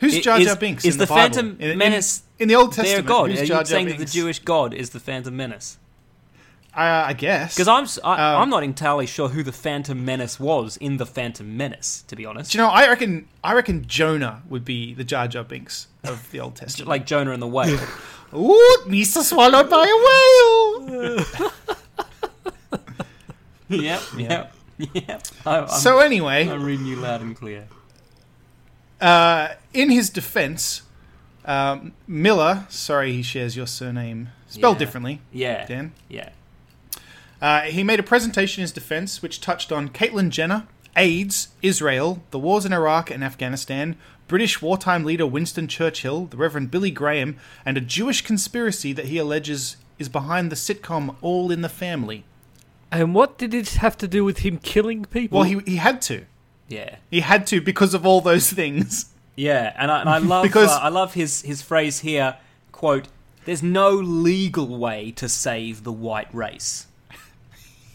Speaker 2: who's
Speaker 4: I-
Speaker 2: Jar
Speaker 4: is-
Speaker 2: Jar Binks
Speaker 4: is
Speaker 2: in
Speaker 4: the
Speaker 2: the, Bible?
Speaker 4: Phantom
Speaker 2: In- in-
Speaker 4: Menace
Speaker 2: in, the Old
Speaker 4: Their
Speaker 2: Testament?
Speaker 4: God. Are
Speaker 2: who's
Speaker 4: you
Speaker 2: Jar Jar
Speaker 4: saying that
Speaker 2: Binks?
Speaker 4: the Jewish God is the Phantom Menace?
Speaker 2: I, I guess.
Speaker 4: Because I'm s- I,
Speaker 2: Um,
Speaker 4: am not entirely sure who the Phantom Menace was in the Phantom Menace, to be honest.
Speaker 2: Do you know? I reckon. I reckon Jonah would be the Jar Jar Binks of the Old Testament.
Speaker 4: like Jonah and the whale.
Speaker 2: Ooh, Misa swallowed by a whale.
Speaker 4: yep, yep, yep. I, I'm,
Speaker 2: So anyway,
Speaker 4: I'm reading you loud and clear.
Speaker 2: in his defense, um, Miller, sorry he shares your surname, spelled
Speaker 4: Yeah.
Speaker 2: differently,
Speaker 4: Yeah,
Speaker 2: Dan.
Speaker 4: yeah.
Speaker 2: Uh, he made a presentation in his defense which touched on Caitlyn Jenner, AIDS, Israel, the wars in Iraq and Afghanistan, British wartime leader Winston Churchill, the Reverend Billy Graham, and a Jewish conspiracy that he alleges is behind the sitcom All in the Family.
Speaker 3: and what did it have to do with him killing people?
Speaker 2: Well, he, he had to.
Speaker 4: Yeah,
Speaker 2: He had to because of all those things.
Speaker 4: yeah, and I, and I love
Speaker 2: Because-
Speaker 4: uh, I love his his phrase here. Quote: "There's no legal way to save the white race."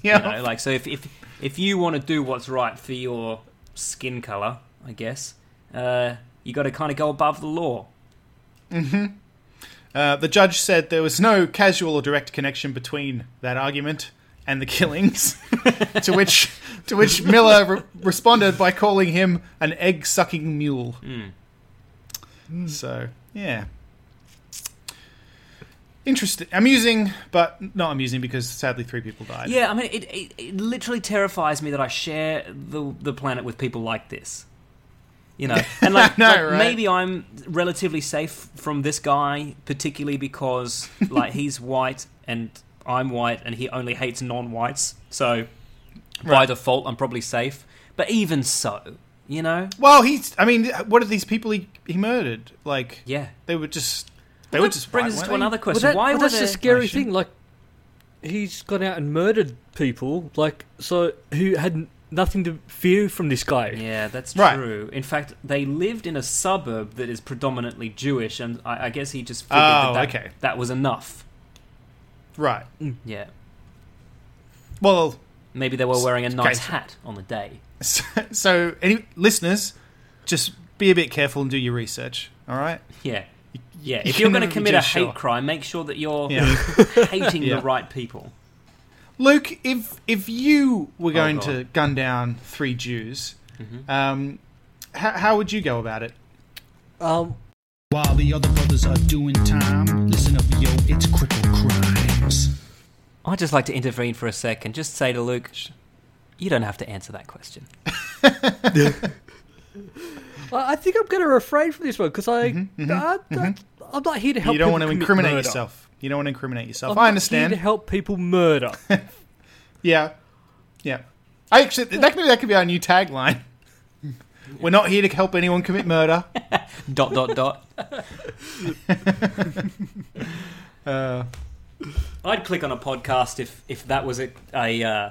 Speaker 2: Yeah.
Speaker 4: You know, like so if if if you want to do what's right for your skin color, I guess, uh, you got to kind of go above the law.
Speaker 2: Uh, the judge said there was no casual or direct connection between that argument and the killings. to which, to which Miller re- responded by calling him an egg-sucking mule.
Speaker 4: Hmm.
Speaker 2: So yeah, interesting, amusing, but not amusing because sadly three people died.
Speaker 4: Yeah, I mean, it, it, it literally terrifies me that I share the the planet with people like this. You know, and like,
Speaker 2: know,
Speaker 4: like,
Speaker 2: right?
Speaker 4: maybe I'm relatively safe from this guy, particularly because like he's white and I'm white, and he only hates non-whites. So by default, I'm probably safe. But even so, you know,
Speaker 2: Well, he's. I mean, what are these people he, he murdered? Like,
Speaker 4: yeah.
Speaker 2: they were just. They were just.
Speaker 4: brings
Speaker 2: white,
Speaker 4: us to
Speaker 2: weren't they?
Speaker 4: another
Speaker 3: Well,
Speaker 4: question.
Speaker 3: that-
Speaker 4: Why
Speaker 3: well,
Speaker 4: were
Speaker 3: that's
Speaker 4: there-
Speaker 3: the scary
Speaker 2: Russian?
Speaker 3: thing. Like, he's gone out and murdered people. Like, so who had n- nothing to fear from this guy?
Speaker 4: Yeah, that's
Speaker 2: Right.
Speaker 4: true. In fact, they lived in a suburb that is predominantly Jewish, and I, I guess he just figured
Speaker 2: Oh,
Speaker 4: that, that,
Speaker 2: okay.
Speaker 4: that was enough.
Speaker 2: Right.
Speaker 4: Yeah.
Speaker 2: Well,
Speaker 4: Maybe they were wearing a nice
Speaker 2: crazy.
Speaker 4: hat on the day.
Speaker 2: So, so any listeners, just be a bit careful and do your research. All right,
Speaker 4: Yeah.
Speaker 2: you,
Speaker 4: Yeah, if you're going to commit a
Speaker 2: Just
Speaker 4: hate
Speaker 2: sure.
Speaker 4: crime, make sure that you're
Speaker 2: Yeah.
Speaker 4: hating
Speaker 2: Yeah.
Speaker 4: the right people.
Speaker 2: Luke, if if you were going
Speaker 4: God.
Speaker 2: to gun down three Jews, um, how, how would you go about it?
Speaker 3: Um,
Speaker 6: While the other brothers are doing time, listen up, yo, it's Cripple Crimes.
Speaker 4: I'd just like to intervene for a second. Just say to Luke, you don't have to answer that question.
Speaker 3: I I think I'm going to refrain from this one because I, I, am not here to help.
Speaker 2: Mm-hmm, you don't
Speaker 3: people
Speaker 2: want to
Speaker 3: commit
Speaker 2: incriminate
Speaker 3: murder.
Speaker 2: yourself. You don't want to incriminate yourself.
Speaker 3: I'm
Speaker 2: I
Speaker 3: not here
Speaker 2: understand.
Speaker 3: to help people murder.
Speaker 2: Yeah, yeah. I actually that could be, that could be our new tagline. We're not here to help anyone commit murder.
Speaker 4: Dot, dot, dot.
Speaker 2: Uh,
Speaker 4: I'd click on a podcast if, if that was a, a, uh,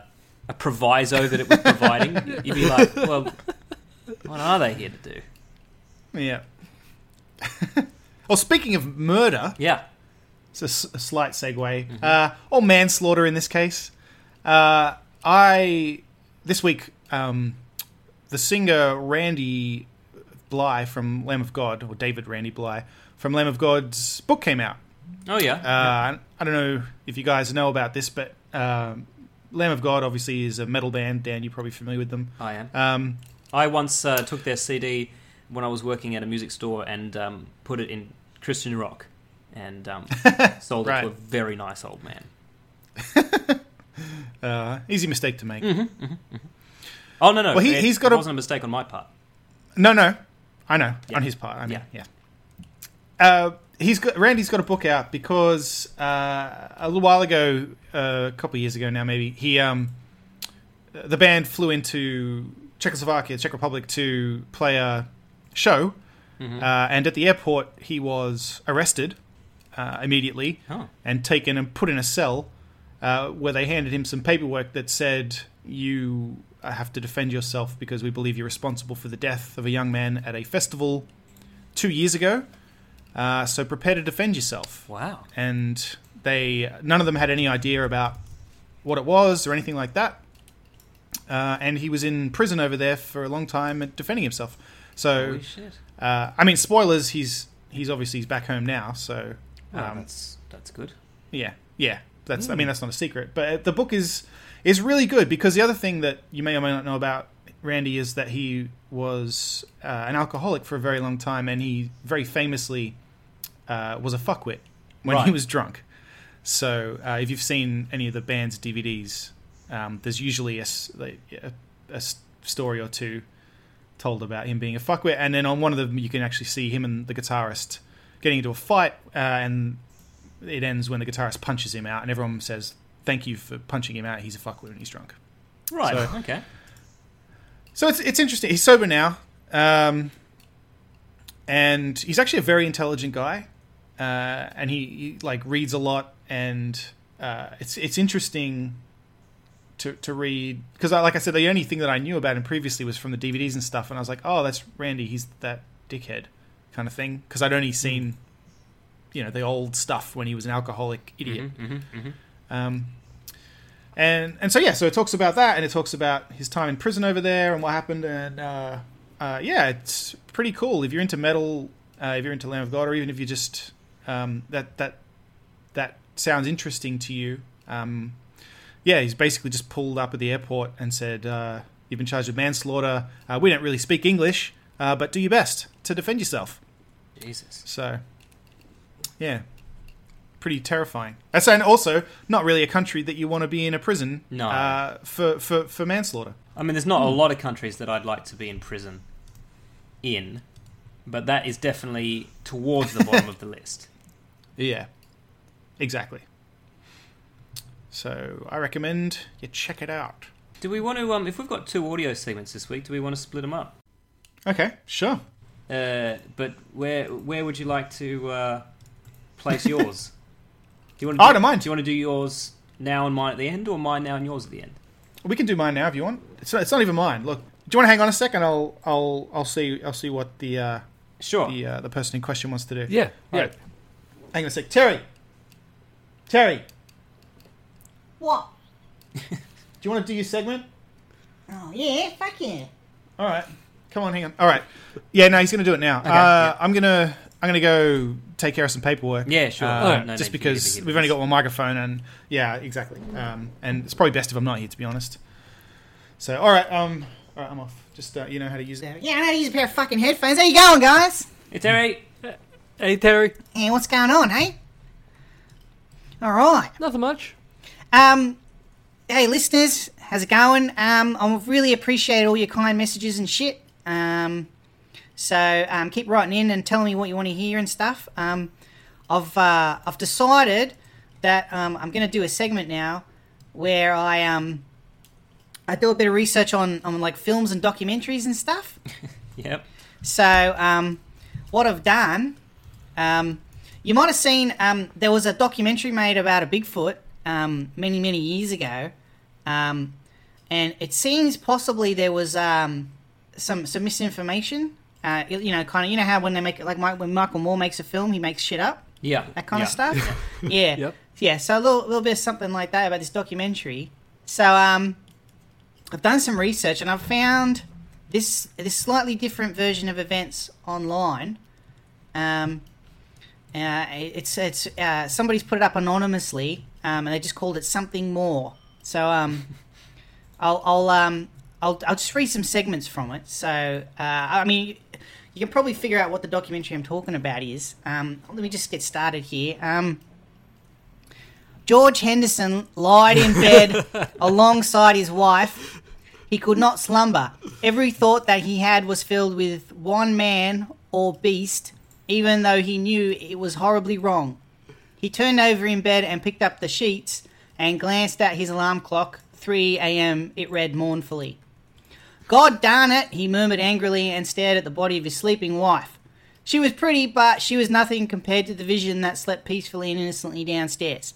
Speaker 4: a proviso that it was providing. You'd be like, well, what are they here to do?
Speaker 2: Yeah. well, speaking of murder,
Speaker 4: Yeah.
Speaker 2: it's a, s- a slight segue, uh, or manslaughter in this case. Uh, I this week, um, the singer Randy Bly from Lamb of God, or David Randy Bly from Lamb of God's book came out.
Speaker 4: Oh, yeah.
Speaker 2: Uh, I don't know if you guys know about this, but um, Lamb of God obviously is a metal band. Dan, you're probably familiar with them.
Speaker 4: I am.
Speaker 2: Um,
Speaker 4: I once uh, took their CD when I was working at a music store and um, put it in Christian rock and um, sold it
Speaker 2: Right.
Speaker 4: to a very nice old man.
Speaker 2: uh, easy mistake to make.
Speaker 4: Oh no, no.
Speaker 2: Well, he-
Speaker 4: it
Speaker 2: he's got a-
Speaker 4: wasn't a mistake on my part.
Speaker 2: No, no, I know
Speaker 4: Yeah.
Speaker 2: on his part. I mean,
Speaker 4: Yeah.
Speaker 2: yeah, Uh, he's got Randy's got a book out because uh, a little while ago, uh, a couple of years ago now, maybe he um, the band flew into Czechoslovakia, Czech Republic to play a show, uh, and at the airport he was arrested uh, immediately
Speaker 4: Oh.
Speaker 2: and taken and put in a cell uh, where they handed him some paperwork that said you have to defend yourself because we believe you're responsible for the death of a young man at a festival two years ago. Uh, so prepare to defend yourself.
Speaker 4: Wow.
Speaker 2: And they none of them had any idea about what it was or anything like that. Uh, and he was in prison over there for a long time and defending himself. So,
Speaker 4: Holy shit.
Speaker 2: uh, I mean, spoilers. He's he's obviously he's back home now. So,
Speaker 4: Oh,
Speaker 2: um,
Speaker 4: that's that's good.
Speaker 2: yeah, yeah. That's I mean that's not a secret, but uh, the book is is really good because the other thing that you may or may not know about Randy is that he was uh, an alcoholic for a very long time, and he very famously uh, was a fuckwit when
Speaker 4: Right.
Speaker 2: he was drunk. So uh, if you've seen any of the band's DVDs, um, there's usually a, s- like, a- a s- story or two told about him being a fuckwit, and then on one of them you can actually see him and the guitarist getting into a fight, uh, and it ends when the guitarist punches him out, and everyone says, "Thank you for punching him out. He's a fuckwit and he's drunk."
Speaker 4: Right.
Speaker 2: So-
Speaker 4: okay.
Speaker 2: So it's it's interesting. He's sober now, um, and he's actually a very intelligent guy, uh, and he, he like reads a lot, and uh, it's it's interesting to to read because I, like I said, the only thing that I knew about him previously was from the DVDs and stuff, and I was like, oh, that's Randy. He's that dickhead kind of thing because I'd only seen. You know the old stuff when he was an alcoholic idiot, Um, and and so yeah, so it talks about that, and it talks about his time in prison over there and what happened, and uh, uh, yeah, it's pretty cool. If you're into metal, uh, if you're into Lamb of God, or even if you just um, that that that sounds interesting to you, um, yeah, he's basically just pulled up at the airport and said, uh, "You've been charged with manslaughter. Uh, we don't really speak English, uh, but do your best to defend yourself."
Speaker 4: Jesus.
Speaker 2: So, yeah, pretty terrifying. That's and also not really a country that you want to be in a prison
Speaker 4: No.
Speaker 2: uh, for, for for manslaughter.
Speaker 4: I mean, there's not
Speaker 2: Hmm.
Speaker 4: a lot of countries that I'd like to be in prison in, but that is definitely towards the bottom of the list.
Speaker 2: Yeah, exactly. So I recommend you check it out.
Speaker 4: Do we want to? Um, if we've got two audio segments this week, do we want to split them up?
Speaker 2: Okay, sure.
Speaker 4: Uh, but where where would you like to uh, place yours? do you want?
Speaker 2: I don't mind.
Speaker 4: Do you want to do yours now and mine at the end, or mine now and yours at the end?
Speaker 2: We can do mine now if you want. It's not, it's not even mine. Look, do you want to hang on a second? I'll I'll I'll see I'll see what the uh,
Speaker 4: Sure.
Speaker 2: the uh, the person in question wants to do.
Speaker 3: yeah, yeah.
Speaker 2: Alright. Hang on a sec, Terry. Terry, do
Speaker 6: What?
Speaker 2: you want to do your segment?
Speaker 6: Oh, yeah, fuck yeah.
Speaker 2: All right. Come on, hang on. All right. Yeah, no, he's going to do it now. uh,
Speaker 4: yeah.
Speaker 2: I'm going to. I'm going to go take care of some paperwork.
Speaker 4: Yeah, sure. Oh,
Speaker 2: Uh,
Speaker 3: Alright.
Speaker 4: No
Speaker 2: just
Speaker 4: need to give
Speaker 2: because
Speaker 4: it a
Speaker 2: we've only
Speaker 4: miss.
Speaker 2: got one microphone, and yeah, exactly. Um, and it's probably best if I'm not here, to be honest. So, all right, um, all right, I'm off. Just uh, you know how to use it.
Speaker 7: Yeah, I know how to use a pair of fucking headphones. How you going, guys?
Speaker 4: It's alright.
Speaker 3: Hey, Terry.
Speaker 7: Hey, what's going on, hey? All right.
Speaker 3: Nothing much.
Speaker 7: Um, hey, listeners, how's it going? Um, I really appreciate all your kind messages and shit. Um, so um, keep writing in and telling me what you want to hear and stuff. Um, I've uh, I've decided that um, I'm going to do a segment now where I um I do a bit of research on on like films and documentaries and stuff.
Speaker 4: Yep.
Speaker 7: So, um, what I've done, um, you might have seen um, there was a documentary made about a Bigfoot um, many, many years ago. Um, and it seems possibly there was um, some some misinformation. Uh, you you know, kind of, you know how when they make it, like Mike, when Michael Moore makes a film, he makes shit up
Speaker 4: Yeah.
Speaker 7: that kind
Speaker 4: yeah.
Speaker 7: of stuff. Yeah.
Speaker 3: Yep.
Speaker 7: Yeah, so a little, little bit of something like that about this documentary. So um, I've done some research and I've found this this slightly different version of events online. Um, uh, it's it's uh, somebody's put it up anonymously um, and they just called it something more. So um, I'll I'll um I'll I'll just read some segments from it. So uh, I mean, you can probably figure out what the documentary I'm talking about is. Um, let me just get started here. Um, George Henderson lied in bed alongside his wife. He could not slumber. Every thought that he had was filled with one man or beast, even though he knew it was horribly wrong. He turned over in bed and picked up the sheets and glanced at his alarm clock. 3 a.m., it read mournfully. God darn it, he murmured angrily and stared at the body of his sleeping wife. She was pretty, but she was nothing compared to the vision that slept peacefully and innocently downstairs.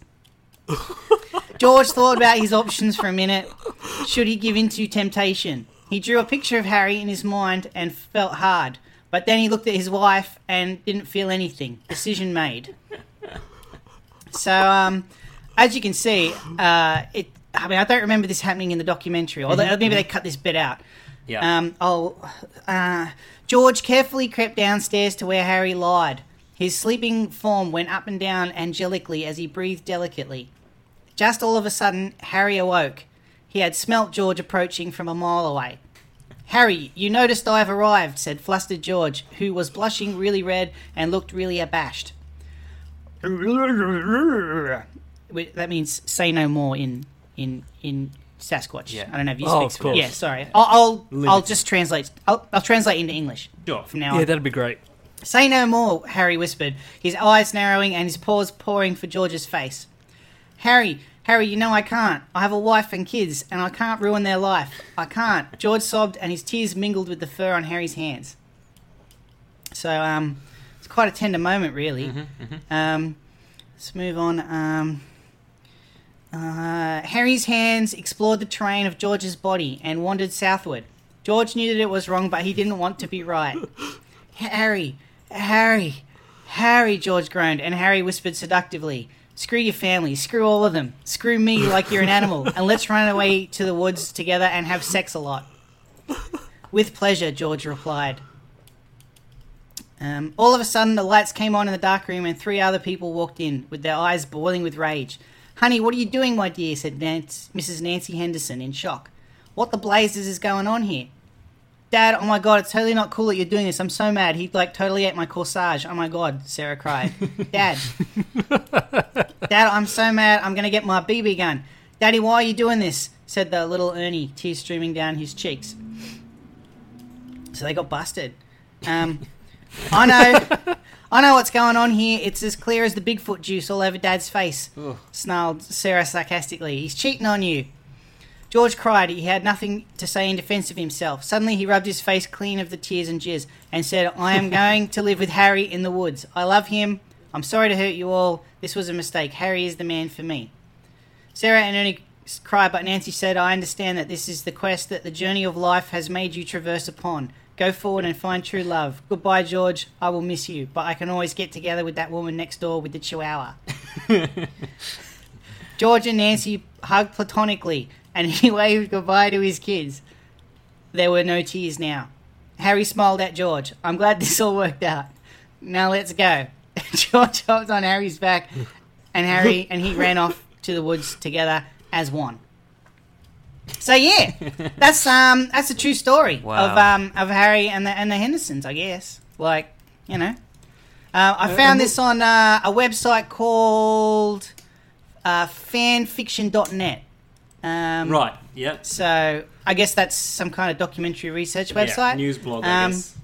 Speaker 7: George thought about his options for a minute. Should he give in to temptation? He drew a picture of Harry in his mind and felt hard, but then he looked at his wife and didn't feel anything. Decision made. So, um, as you can see, uh, it. I mean, I don't remember this happening in the documentary, or they- maybe they cut this bit out.
Speaker 4: Yeah.
Speaker 7: Um, oh, uh, George carefully crept downstairs to where Harry lied. His sleeping form went up and down angelically as he breathed delicately. Just all of a sudden, Harry awoke. He had smelt George approaching from a mile away. Harry, you noticed I've arrived, said flustered George, who was blushing really red and looked really abashed. Wait, That means say no more in in in Sasquatch.
Speaker 4: Yeah.
Speaker 7: I don't know if you
Speaker 3: Oh,
Speaker 7: speak.
Speaker 3: of course.
Speaker 7: Yeah, sorry. I'll I'll, I'll just translate. I'll, I'll translate into English
Speaker 4: Sure.
Speaker 7: from now on.
Speaker 3: Yeah, that'd be great.
Speaker 7: Say no more, Harry whispered, his eyes narrowing and his paws pawing for George's face. Harry, Harry, you know I can't. I have a wife and kids, and I can't ruin their life. I can't. George sobbed, and his tears mingled with the fur on Harry's hands. So, um, it's quite a tender moment, really. Um, let's move on. Um, uh, Harry's hands explored the terrain of George's body and wandered southward. George knew that it was wrong, but he didn't want to be right. Harry, Harry, Harry, George groaned, and Harry whispered seductively, Screw your family, screw all of them, screw me like you're an animal, and let's run away to the woods together and have sex a lot. With pleasure, George replied. Um, all of a sudden, the lights came on in the dark room, and three other people walked in, with their eyes boiling with rage. Honey, what are you doing, my dear? said Nance, Mrs. Nancy Henderson in shock. What the blazes is going on here? Dad, oh my god, it's totally not cool that you're doing this. I'm so mad. He like totally ate my corsage. Oh my god, Sarah cried. Dad, Dad, I'm so mad. I'm gonna get my BB gun. Daddy, why are you doing this? Said the little Ernie, tears streaming down his cheeks. So they got busted. Um, I know, I know what's going on here. It's as clear as the Bigfoot juice all over Dad's face. Snarled Sarah sarcastically. He's cheating on you. George cried. He had nothing to say in defense of himself. Suddenly, he rubbed his face clean of the tears and jizz and said, I am going to live with Harry in the woods. I love him. I'm sorry to hurt you all. This was a mistake. Harry is the man for me. Sarah and Ernie cried, but Nancy said, I understand that this is the quest that the journey of life has made you traverse upon. Go forward and find true love. Goodbye, George. I will miss you, but I can always get together with that woman next door with the chihuahua. George and Nancy hugged platonically, and he waved goodbye to his kids. There were no tears now. Harry smiled at George. I'm glad this all worked out. now let's go. George hopped on Harry's back, and Harry and he ran off to the woods together as one. So yeah, that's um that's a true story
Speaker 4: Wow.
Speaker 7: of um of Harry and the and the Hendersons, I guess. Like you know, uh, I found this on uh, a website called uh, fanfiction.net. Um,
Speaker 4: Right. Yeah.
Speaker 7: So I guess that's some kind of documentary research website.
Speaker 4: Yeah, news blog, I
Speaker 7: Um,
Speaker 4: guess.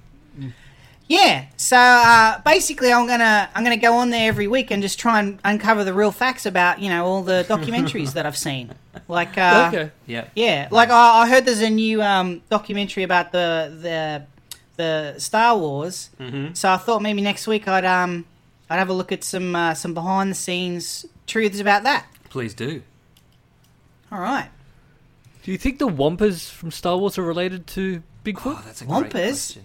Speaker 7: Yeah. So uh, basically, I'm gonna I'm gonna go on there every week and just try and uncover the real facts about you know all the documentaries that I've seen. Like uh,
Speaker 3: okay.
Speaker 4: Yeah.
Speaker 7: yeah, like I, I heard there's a new um, documentary about the the the Star Wars. Mm-hmm. So I thought maybe next week I'd um I'd have a look at some uh, some behind the scenes truths about that.
Speaker 4: Please do.
Speaker 7: All right,
Speaker 3: Do you think the Wampas from Star Wars are related to Bigfoot?
Speaker 4: Oh, that's a great
Speaker 7: Wampus?
Speaker 4: question.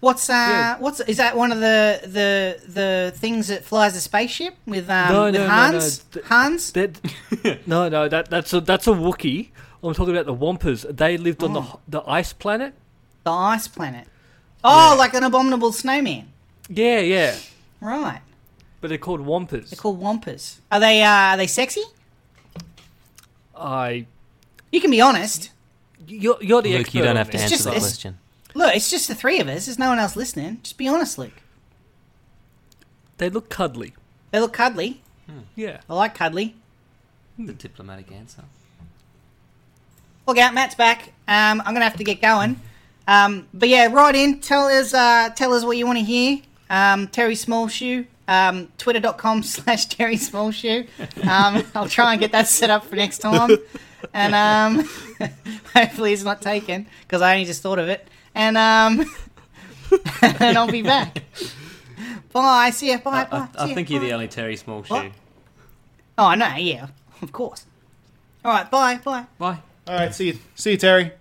Speaker 7: what's uh
Speaker 3: Yeah.
Speaker 7: what's is that one of the the the things that flies a spaceship with um
Speaker 3: No,
Speaker 7: with
Speaker 3: no, no, no.
Speaker 7: Hans
Speaker 3: Th-
Speaker 7: Hans?
Speaker 3: That- no, no, that that's a that's a Wookiee. I'm talking about the Wampas. They lived on the
Speaker 4: Oh.
Speaker 3: h- the ice planet.
Speaker 7: The ice planet. Oh, like an abominable snowman.
Speaker 3: Yeah, yeah.
Speaker 7: Right.
Speaker 3: But they're called Wampas.
Speaker 7: They're called Wampas. Are they uh, are they sexy?
Speaker 3: I.
Speaker 7: You can be honest.
Speaker 3: You're, you're the
Speaker 4: Luke,
Speaker 3: expert.
Speaker 4: you don't
Speaker 3: on
Speaker 4: have to
Speaker 3: this.
Speaker 4: answer
Speaker 7: just-
Speaker 4: that
Speaker 7: it's-
Speaker 4: question.
Speaker 7: Look, it's just the three of us. There's no one else listening. Just be honest, Luke.
Speaker 3: They look cuddly.
Speaker 7: They look cuddly.
Speaker 3: Yeah.
Speaker 7: I like cuddly.
Speaker 4: The diplomatic answer.
Speaker 7: Look out, Matt's back. Um, I'm gonna have to get going. Um, but yeah, right in. Tell us, uh, tell us what you want to hear. Um, Terry Smallshoe. Um, Twitter.com slash Terry Smallshoe. Um, I'll try and get that set up for next time. And um, hopefully it's not taken because I only just thought of it. And um, and I'll be back. Bye. See ya. Bye.
Speaker 4: I,
Speaker 7: bye. see
Speaker 4: I
Speaker 7: ya,
Speaker 4: think you're
Speaker 7: bye.
Speaker 4: the only Terry Small shoe.
Speaker 7: What? Oh, I know. Yeah, of course. All right. Bye. Bye.
Speaker 4: Why?
Speaker 2: All right, see you, see you, Terry.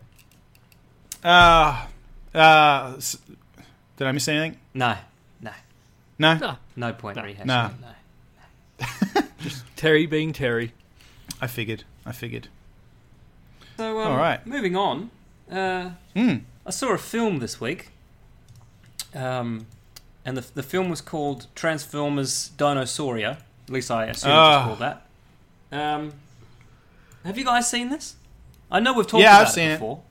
Speaker 2: Uh, uh, s- did I miss anything?
Speaker 4: No. No.
Speaker 2: No.
Speaker 4: No point rehashing.
Speaker 2: No.
Speaker 4: it, No.
Speaker 3: Terry being Terry.
Speaker 2: I figured. I figured.
Speaker 4: So, um,
Speaker 2: All right.
Speaker 4: moving on. Uh,
Speaker 2: Hmm.
Speaker 4: I saw a film this week, um, and the, the film was called Transformers Dinosauria. At least I assume
Speaker 2: Ah.
Speaker 4: it's called that. Um, have you guys seen this? I know we've talked
Speaker 2: Yeah,
Speaker 4: about
Speaker 2: I've seen
Speaker 4: it
Speaker 2: it.
Speaker 4: before.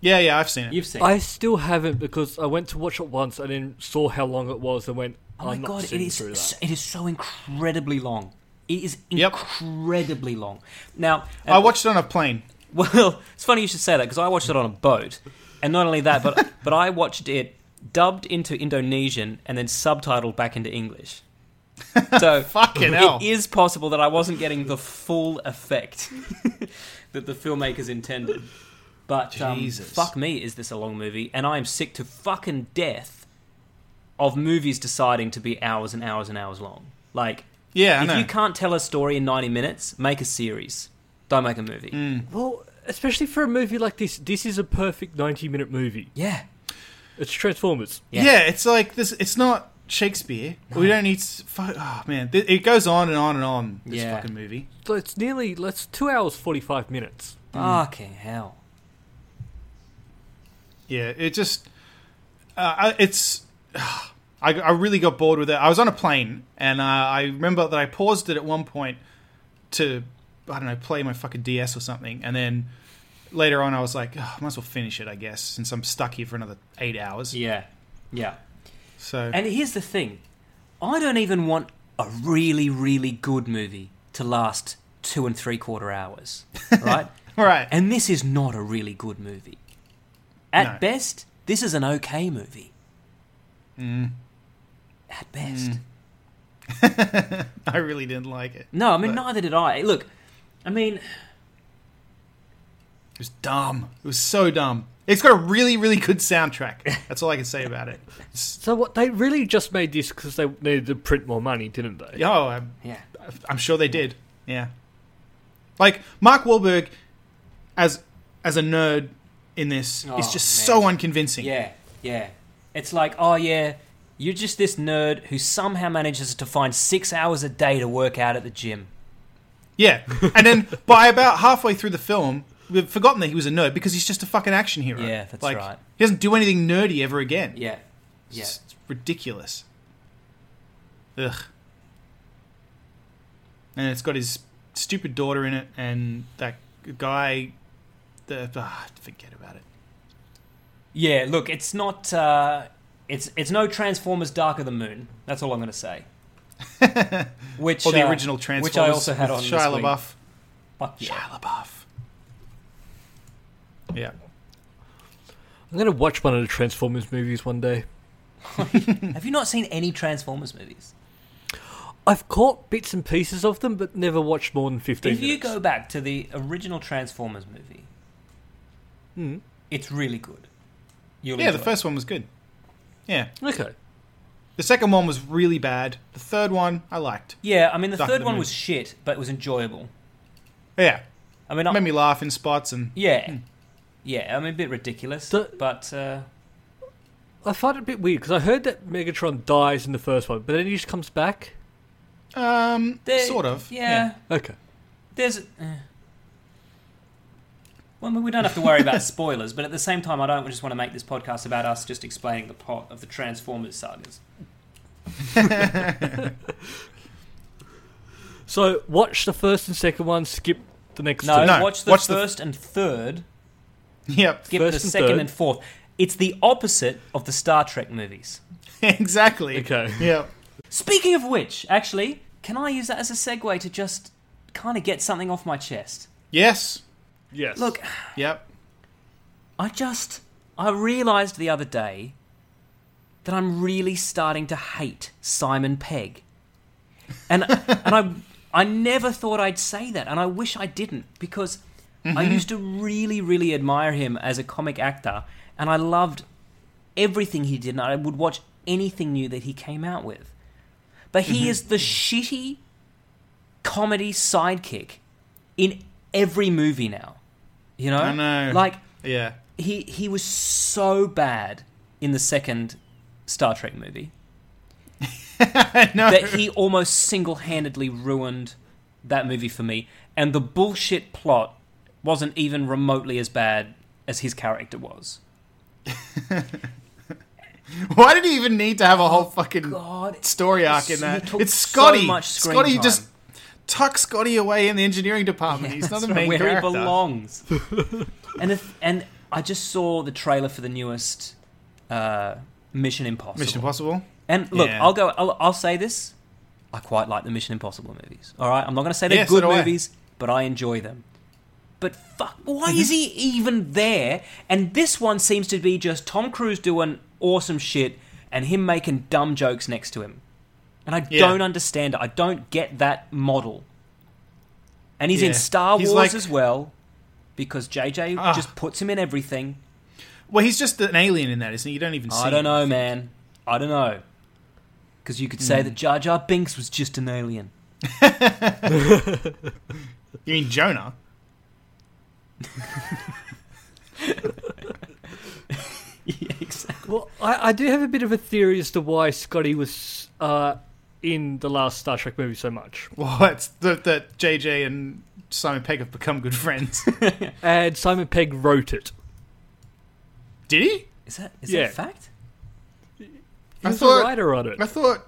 Speaker 2: Yeah, yeah, I've seen it.
Speaker 4: You've seen it.
Speaker 3: I still haven't because I went to watch it once and then saw how long it was and went.
Speaker 4: Oh my
Speaker 3: I'm not
Speaker 4: god, it
Speaker 3: sitting
Speaker 4: is
Speaker 3: through that.
Speaker 4: so- it is so incredibly long. It is
Speaker 2: Yep.
Speaker 4: incredibly long. Now,
Speaker 2: I watched it on a plane.
Speaker 4: Well, it's funny you should say that because I watched it on a boat, and not only that, but but I watched it dubbed into Indonesian and then subtitled back into English. So
Speaker 2: Fucking hell.
Speaker 4: it is possible that I wasn't getting the full effect that the filmmakers intended. But um,
Speaker 2: Jesus.
Speaker 4: fuck me, is this a long movie? And I am sick to fucking death of movies deciding to be hours and hours and hours long. Like,
Speaker 2: Yeah, I
Speaker 4: if
Speaker 2: know.
Speaker 4: you can't tell a story in ninety minutes, make a series. Don't make a movie.
Speaker 2: Mm.
Speaker 3: Well, especially for a movie like this, this is a perfect 90 minute movie.
Speaker 4: Yeah.
Speaker 3: It's Transformers.
Speaker 4: Yeah. Uh-huh.
Speaker 2: yeah. it's like this. It's not Shakespeare. We don't need. s- fu- Oh man, Th- it goes on and on and on. This
Speaker 4: Yeah.
Speaker 2: fucking movie.
Speaker 3: So it's nearly, let's, two hours, 45 minutes.
Speaker 4: Fucking hell.
Speaker 2: Yeah, it just. Uh, I- it's. I, I really got bored with it. I was on a plane, and uh, I remember that I paused it at one point to, I don't know, play my fucking DS or something, and then later on I was like, oh, I might as well finish it, I guess, since I'm stuck here for another eight hours.
Speaker 4: Yeah. Yeah.
Speaker 2: So
Speaker 4: And here's the thing I don't even want a really, really good movie to last two and three quarter hours. Right?
Speaker 2: all right,
Speaker 4: and this is not a really good movie. At
Speaker 2: No.
Speaker 4: best, this is an okay movie. At best.
Speaker 2: I really didn't like it.
Speaker 4: No, I mean,
Speaker 2: But-
Speaker 4: neither did I. Look, I mean,
Speaker 2: It was dumb. It was so dumb. It's got a really, really good soundtrack. That's all I can say about it. It's-
Speaker 3: So what, they really just made this because they needed to print more money, didn't they?
Speaker 2: oh, I'm,
Speaker 4: yeah.
Speaker 2: I'm sure they did. Yeah. Like Mark Wahlberg as as a nerd in this
Speaker 4: Oh,
Speaker 2: is just
Speaker 4: man.
Speaker 2: so unconvincing.
Speaker 4: Yeah, yeah. It's like, oh yeah, you're just this nerd who somehow manages to find six hours a day to work out at the gym.
Speaker 2: Yeah. And then by about halfway through the film, we've forgotten that he was a nerd because he's just a fucking action hero.
Speaker 4: Yeah, that's
Speaker 2: Like,
Speaker 4: right.
Speaker 2: He doesn't do anything nerdy ever again.
Speaker 4: Yeah, Yeah.
Speaker 2: It's, it's ridiculous. Ugh. And it's got his stupid daughter in it, and that guy. The ah, forget about it.
Speaker 4: Yeah, look, it's not. Uh, it's it's no Transformers Darker Than Moon. That's all I'm going to say. which
Speaker 2: Or the
Speaker 4: uh,
Speaker 2: original Transformers,
Speaker 4: which I also had on
Speaker 2: with
Speaker 4: this
Speaker 2: Shia
Speaker 4: week.
Speaker 2: LaBeouf.
Speaker 4: Fuck yeah.
Speaker 2: Shia LaBeouf. Yeah,
Speaker 3: I'm going to watch one of the Transformers movies one day.
Speaker 4: Have you not seen any Transformers movies?
Speaker 3: I've caught bits and pieces of them, but never watched more than 15
Speaker 4: If you
Speaker 3: minutes.
Speaker 4: go back to the original Transformers movie, it's really good. You'll
Speaker 2: Hmm. yeah. The
Speaker 4: enjoy it.
Speaker 2: first one was good. Yeah,
Speaker 3: Okay.
Speaker 2: the second one was really bad. The third one I liked.
Speaker 4: Yeah, I mean the
Speaker 2: Darker
Speaker 4: third
Speaker 2: Than
Speaker 4: one
Speaker 2: Moon.
Speaker 4: was shit, but it was enjoyable.
Speaker 2: Yeah,
Speaker 4: I mean,
Speaker 2: it
Speaker 4: I,
Speaker 2: made me Hmm. laugh in spots, and
Speaker 4: yeah, yeah. I mean, a bit ridiculous,
Speaker 3: The-
Speaker 4: but uh,
Speaker 3: I find it a bit weird because I heard that Megatron dies in the first one, but then he just comes back.
Speaker 2: um,
Speaker 4: there-
Speaker 2: sort of.
Speaker 4: Yeah,
Speaker 3: Okay.
Speaker 4: there's. eh. Well, I mean, we don't have to worry about spoilers, but at the same time, I don't just want to make this podcast about us just explaining the plot of the Transformers sagas.
Speaker 3: So watch the first and second one, skip the next
Speaker 4: No,
Speaker 3: two.
Speaker 2: No,
Speaker 4: watch the
Speaker 2: watch the-
Speaker 4: first and third.
Speaker 2: Yep.
Speaker 4: Skip
Speaker 3: First
Speaker 4: the
Speaker 3: and
Speaker 4: second
Speaker 3: third.
Speaker 4: and fourth. It's the opposite of the Star Trek movies.
Speaker 2: exactly.
Speaker 3: Okay.
Speaker 2: Yep.
Speaker 4: Speaking of which, actually, can I use that as a segue to just kind of get something off my chest?
Speaker 2: Yes.
Speaker 3: Yes.
Speaker 4: Look,
Speaker 2: Yep.
Speaker 4: I just I realized the other day that I'm really starting to hate Simon Pegg. And and I I never thought I'd say that and I wish I didn't because I
Speaker 2: Mm-hmm.
Speaker 4: used to really really admire him as a comic actor and I loved everything he did and I would watch anything new that he came out with. But
Speaker 2: Mm-hmm.
Speaker 4: he is the shitty comedy sidekick in every movie now. You know?
Speaker 2: I know.
Speaker 4: Like
Speaker 2: Yeah.
Speaker 4: he he was so bad in the second Star Trek movie
Speaker 2: No.
Speaker 4: that he almost single-handedly ruined that movie for me and the bullshit plot wasn't even remotely as bad as his character was.
Speaker 2: Why did he even need to have a whole fucking
Speaker 4: God.
Speaker 2: story arc in
Speaker 4: He
Speaker 2: that?
Speaker 4: took
Speaker 2: It's
Speaker 4: so
Speaker 2: Scotty.
Speaker 4: much screen
Speaker 2: Scotty
Speaker 4: time.
Speaker 2: just tuck Scotty away in the engineering department. He's not the
Speaker 4: That's
Speaker 2: main
Speaker 4: where
Speaker 2: character.
Speaker 4: he belongs. and the th- and I just saw the trailer for the newest uh, Mission Impossible.
Speaker 2: Mission Impossible.
Speaker 4: And look,
Speaker 2: Yeah.
Speaker 4: I'll go. I'll, I'll say this: I quite like the Mission Impossible movies. All right, I'm not going to say they're
Speaker 2: Yeah, so
Speaker 4: good
Speaker 2: do I.
Speaker 4: movies, but I enjoy them. But fuck, why is he even there? And this one seems to be just Tom Cruise doing awesome shit and him making dumb jokes next to him. And I
Speaker 2: Yeah.
Speaker 4: don't understand it. I don't get that model. And he's in
Speaker 2: Yeah.
Speaker 4: Star
Speaker 2: He's
Speaker 4: Wars
Speaker 2: like-
Speaker 4: as well because JJ
Speaker 2: Ah.
Speaker 4: just puts him in everything.
Speaker 2: Well, he's just an alien in that, isn't he? You don't even see.
Speaker 4: I don't
Speaker 2: him.
Speaker 4: know, man. I don't know. Because you could say
Speaker 3: Hmm.
Speaker 4: that Jar Jar Binks was just an alien.
Speaker 2: You mean Jonah?
Speaker 4: yeah, exactly.
Speaker 3: Well, I, I do have a bit of a theory as to why Scotty was uh, in the last Star Trek movie so much.
Speaker 2: Well, it's that that JJ and Simon Pegg have become good friends.
Speaker 3: And Simon Pegg wrote it.
Speaker 2: Did he?
Speaker 4: Is that is
Speaker 3: Yeah.
Speaker 4: that a fact?
Speaker 3: He
Speaker 2: I
Speaker 3: was
Speaker 2: thought-
Speaker 3: a writer on it.
Speaker 2: I thought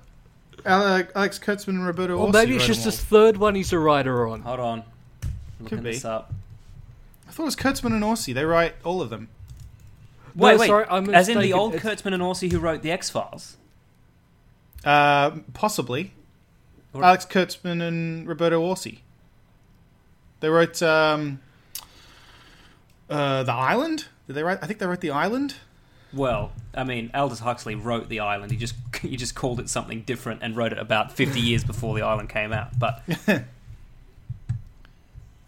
Speaker 2: Ale- Alex Kurtzman and Roberto.
Speaker 3: Or
Speaker 2: Orsi
Speaker 3: maybe it's
Speaker 2: wrote
Speaker 3: just
Speaker 2: them
Speaker 3: this third one he's a writer on.
Speaker 4: Hold on. I'm Looking
Speaker 2: Could be.
Speaker 4: this up.
Speaker 2: all. I thought it was Kurtzman and Orsi. They write all of them.
Speaker 4: Wait,
Speaker 3: No,
Speaker 4: wait.
Speaker 3: sorry, I'm
Speaker 4: As in the
Speaker 3: mistaken.
Speaker 4: old
Speaker 3: It's-
Speaker 4: Kurtzman and Orsi who wrote the X Files.
Speaker 2: Um, possibly.
Speaker 4: Or-
Speaker 2: Alex Kurtzman and Roberto Orsi. They wrote um, uh, The Island. Did they write? I think they wrote The Island.
Speaker 4: Well, I mean, Aldous Huxley wrote The Island. He just he just called it something different and wrote it about 50 years before The Island came out. But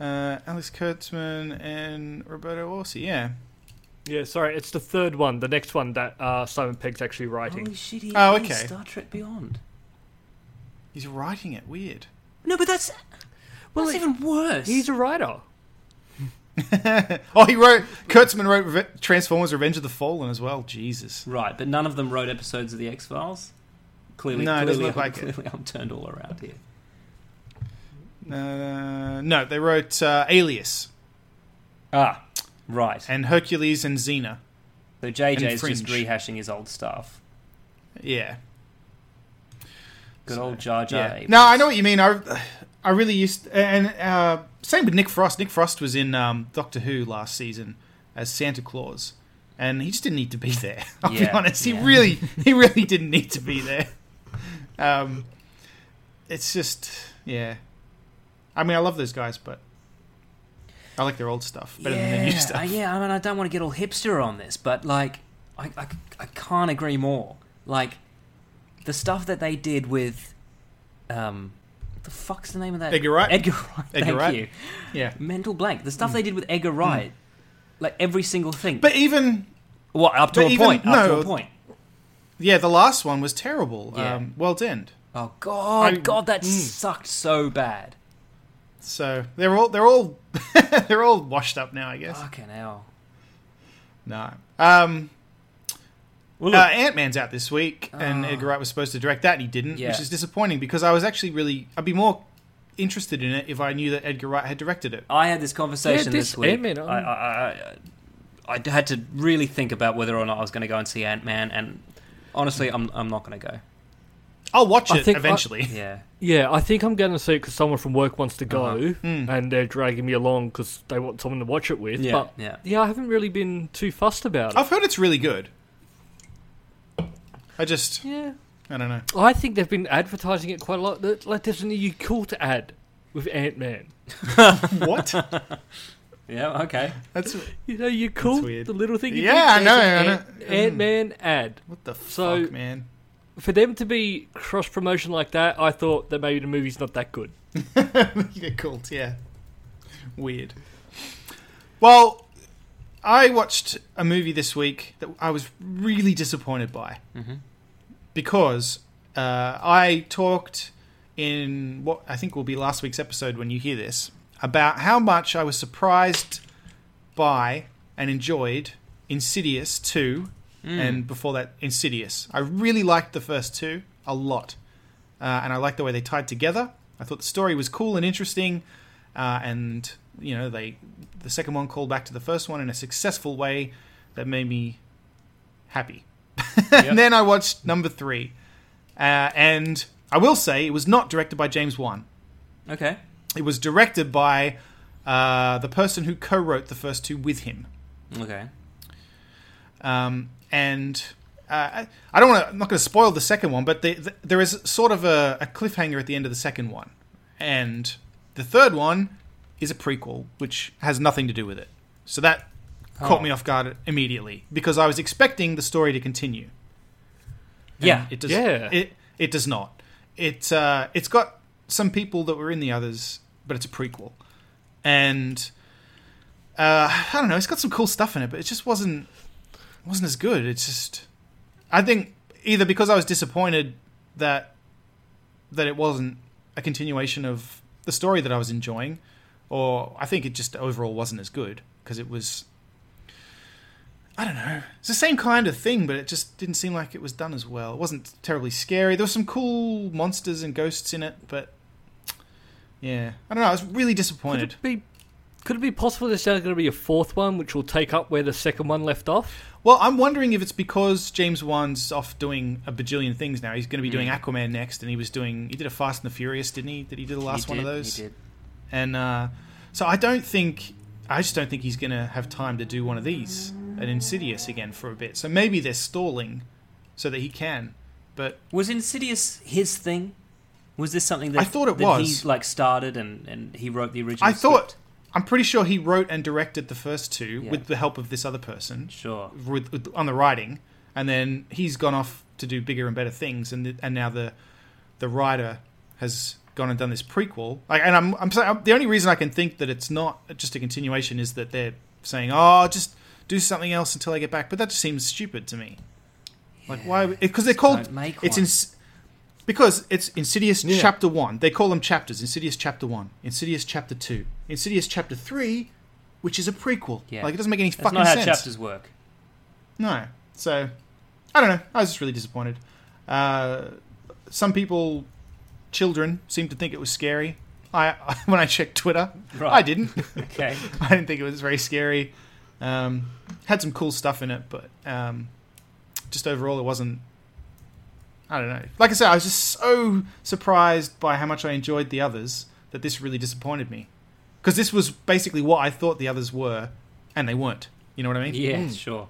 Speaker 2: Uh, Alex Kurtzman and Roberto Orsi. Yeah.
Speaker 3: Yeah, sorry, it's the third one, the next one that uh, Simon Pegg's actually writing.
Speaker 4: holy shit, he
Speaker 2: Oh,
Speaker 4: made
Speaker 2: okay.
Speaker 4: Star Trek Beyond.
Speaker 2: He's writing it. Weird.
Speaker 4: No, but that's
Speaker 3: Well,
Speaker 4: that's
Speaker 3: he-
Speaker 4: even worse.
Speaker 3: He's a writer.
Speaker 2: Oh, he wrote. Kurtzman wrote Reve- Transformers: Revenge of the Fallen as well. Jesus.
Speaker 4: Right, but none of them wrote episodes of the X Files. Clearly,
Speaker 2: No, it doesn't
Speaker 4: clearly,
Speaker 2: look
Speaker 4: I'm,
Speaker 2: like it.
Speaker 4: clearly I'm turned all around here.
Speaker 2: Uh, no, they wrote uh, Alias
Speaker 4: Ah, right.
Speaker 2: and Hercules and Xena.
Speaker 4: So
Speaker 2: and
Speaker 4: JJ's just
Speaker 2: Fringe.
Speaker 4: rehashing his old stuff.
Speaker 2: yeah.
Speaker 4: Good old Jar Jar.
Speaker 2: Yeah.
Speaker 4: Abrams.
Speaker 2: No, I know what you mean. I, I really used and uh, same with Nick Frost. Nick Frost was in um, Doctor Who last season as Santa Claus, and he just didn't need to be there. I'll be
Speaker 4: Yeah,
Speaker 2: honest. He
Speaker 4: yeah.
Speaker 2: really, he really didn't need to be there. Um, it's just yeah. I mean, I love those guys, but I like their old stuff better than their new
Speaker 4: uh,
Speaker 2: stuff.
Speaker 4: yeah, I mean, I don't want to get all hipster on this, but like, I, I, I can't agree more. Like, the stuff that they did with, um, what the fuck's the name of that?
Speaker 2: Edgar Wright?
Speaker 4: Edgar Wright.
Speaker 2: Edgar
Speaker 4: thank
Speaker 2: Wright.
Speaker 4: you.
Speaker 2: Yeah.
Speaker 4: Mental blank. The stuff they did with Edgar Wright, like every single thing.
Speaker 2: But even
Speaker 4: well, up to
Speaker 2: but
Speaker 4: a
Speaker 2: even-
Speaker 4: point. up to
Speaker 2: no.
Speaker 4: a point.
Speaker 2: yeah, the last one was terrible.
Speaker 4: Yeah.
Speaker 2: Um, World's End.
Speaker 4: Oh god,
Speaker 2: I-
Speaker 4: god, that
Speaker 2: Hmm.
Speaker 4: sucked so bad.
Speaker 2: So they're all they're all they're all washed up now, I guess.
Speaker 4: Fucking hell.
Speaker 2: No. Um,
Speaker 4: Well,
Speaker 2: uh, Ant Man's out this week, and
Speaker 3: Ah.
Speaker 2: Edgar Wright was supposed to direct that, and he didn't,
Speaker 4: Yeah.
Speaker 2: which is disappointing because I was actually really I'd be more interested in it if I knew that Edgar Wright had directed it.
Speaker 4: I had this conversation
Speaker 3: Yeah,
Speaker 4: this,
Speaker 3: this
Speaker 4: week.
Speaker 3: Ant-Man,
Speaker 4: I,
Speaker 3: um,
Speaker 4: I, I, I, I had to really think about whether or not I was going to go and see Ant Man, and honestly, I'm, I'm not going to go.
Speaker 2: I'll watch
Speaker 3: I
Speaker 2: it
Speaker 3: think I-
Speaker 2: eventually.
Speaker 4: Yeah.
Speaker 3: Yeah, I think I'm going to see it because someone from work wants to go, and they're dragging me along because they want someone to watch it with.
Speaker 4: Yeah,
Speaker 3: but
Speaker 4: yeah.
Speaker 3: I haven't really been too fussed about it.
Speaker 2: I've heard it's really good. I just
Speaker 3: yeah,
Speaker 2: I don't know.
Speaker 3: I think they've been advertising it quite a lot. That- Like, there's an EU cult ad with Ant Man.
Speaker 2: What?
Speaker 4: Yeah, okay.
Speaker 2: That's
Speaker 3: You know, you cult
Speaker 2: weird.
Speaker 3: the little thing. you
Speaker 2: Yeah,
Speaker 3: do,
Speaker 2: I know, I
Speaker 3: there's
Speaker 2: know. Mm.
Speaker 3: an Ant Man ad.
Speaker 2: what the
Speaker 3: So-
Speaker 2: fuck, man.
Speaker 3: For them to be cross promotion like that, I thought that maybe the movie's not that good.
Speaker 2: yeah, cult, yeah. Weird. Well, I watched a movie this week that I was really disappointed by because uh, I talked in what I think will be last week's episode when you hear this about how much I was surprised by and enjoyed Insidious 2 and before that Insidious. I really liked the first two a lot uh, and I liked the way they tied together. I thought the story was cool and interesting, uh, and you know they the second one called back to the first one in a successful way that made me happy. and then I watched number three, uh, and I will say it was not directed by James Wan.
Speaker 4: Okay.
Speaker 2: It was directed by uh, the person who co-wrote the first two with him.
Speaker 4: Okay.
Speaker 2: um, and uh, I- I don't want to. I'm not going to spoil the second one, but the, the, there is sort of a, a cliffhanger at the end of the second one, and the third one is a prequel, which has nothing to do with it. So that caught me off guard immediately because I was expecting the story to continue.
Speaker 4: Yeah.
Speaker 2: It does.
Speaker 3: Yeah.
Speaker 2: It it does not. It uh, it's got some people that were in the others, but it's a prequel, and uh, I don't know. It's got some cool stuff in it, but it just wasn't wasn't as good. It's just I think either because I was disappointed that that it wasn't a continuation of the story that I was enjoying, or I think it just overall wasn't as good because it was. I don't know. It's the same kind of thing, but it just didn't seem like it was done as well. It wasn't terribly scary. There were some cool monsters and ghosts in it, but yeah, I don't know. I was really
Speaker 3: Could
Speaker 2: disappointed.
Speaker 3: it be? Could it be possible there's now going to be a fourth one, which will take up where the second one left off?
Speaker 2: Well, I'm wondering if it's because James Wan's off doing a bajillion things now. He's going to be doing
Speaker 4: Hmm.
Speaker 2: Aquaman next, and he was doing he did a Fast and the Furious, didn't he? Did he do the last
Speaker 4: He
Speaker 2: one of
Speaker 4: did,
Speaker 2: those?
Speaker 4: He did.
Speaker 2: And uh, so I don't think I just don't think he's going to have time to do one of these an Insidious again for a bit. So maybe they're stalling so that he can. But
Speaker 4: Was Insidious his thing? Was this something that
Speaker 2: I thought it
Speaker 4: that
Speaker 2: was.
Speaker 4: He like started and, and he wrote the original.
Speaker 2: I thought
Speaker 4: script?
Speaker 2: I'm pretty sure he wrote and directed the first two
Speaker 4: Yeah.
Speaker 2: with the help of this other person.
Speaker 4: Sure.
Speaker 2: with, with on the writing, and then he's gone off to do bigger and better things, and and now the the writer has gone and done this prequel. Like, and I'm I'm saying the only reason I can think that it's not just a continuation is that they're saying, oh, just do something else until I get back. But that just seems stupid to me. Like, why? Because they're called
Speaker 4: don't make
Speaker 2: it's
Speaker 4: one.
Speaker 2: ins- because it's Insidious Chapter One. They call them chapters. Insidious Chapter One, Insidious Chapter Two, Insidious Chapter Three, which is a prequel.
Speaker 4: Yeah.
Speaker 2: Like it doesn't make any
Speaker 4: That's
Speaker 2: fucking
Speaker 4: not how
Speaker 2: sense.
Speaker 4: chapters work.
Speaker 2: No. So, I don't know. I was just really disappointed. Uh, some people, children, seem to think it was scary. I when I checked Twitter,
Speaker 4: Right.
Speaker 2: I didn't.
Speaker 4: Okay.
Speaker 2: I didn't think it was very scary. Um, had some cool stuff in it, but um, just overall, it wasn't I don't know. Like I said, I was just so surprised by how much I enjoyed the others that this really disappointed me. Because this was basically what I thought the others were, and they weren't. You know what I mean?
Speaker 4: Yeah, sure.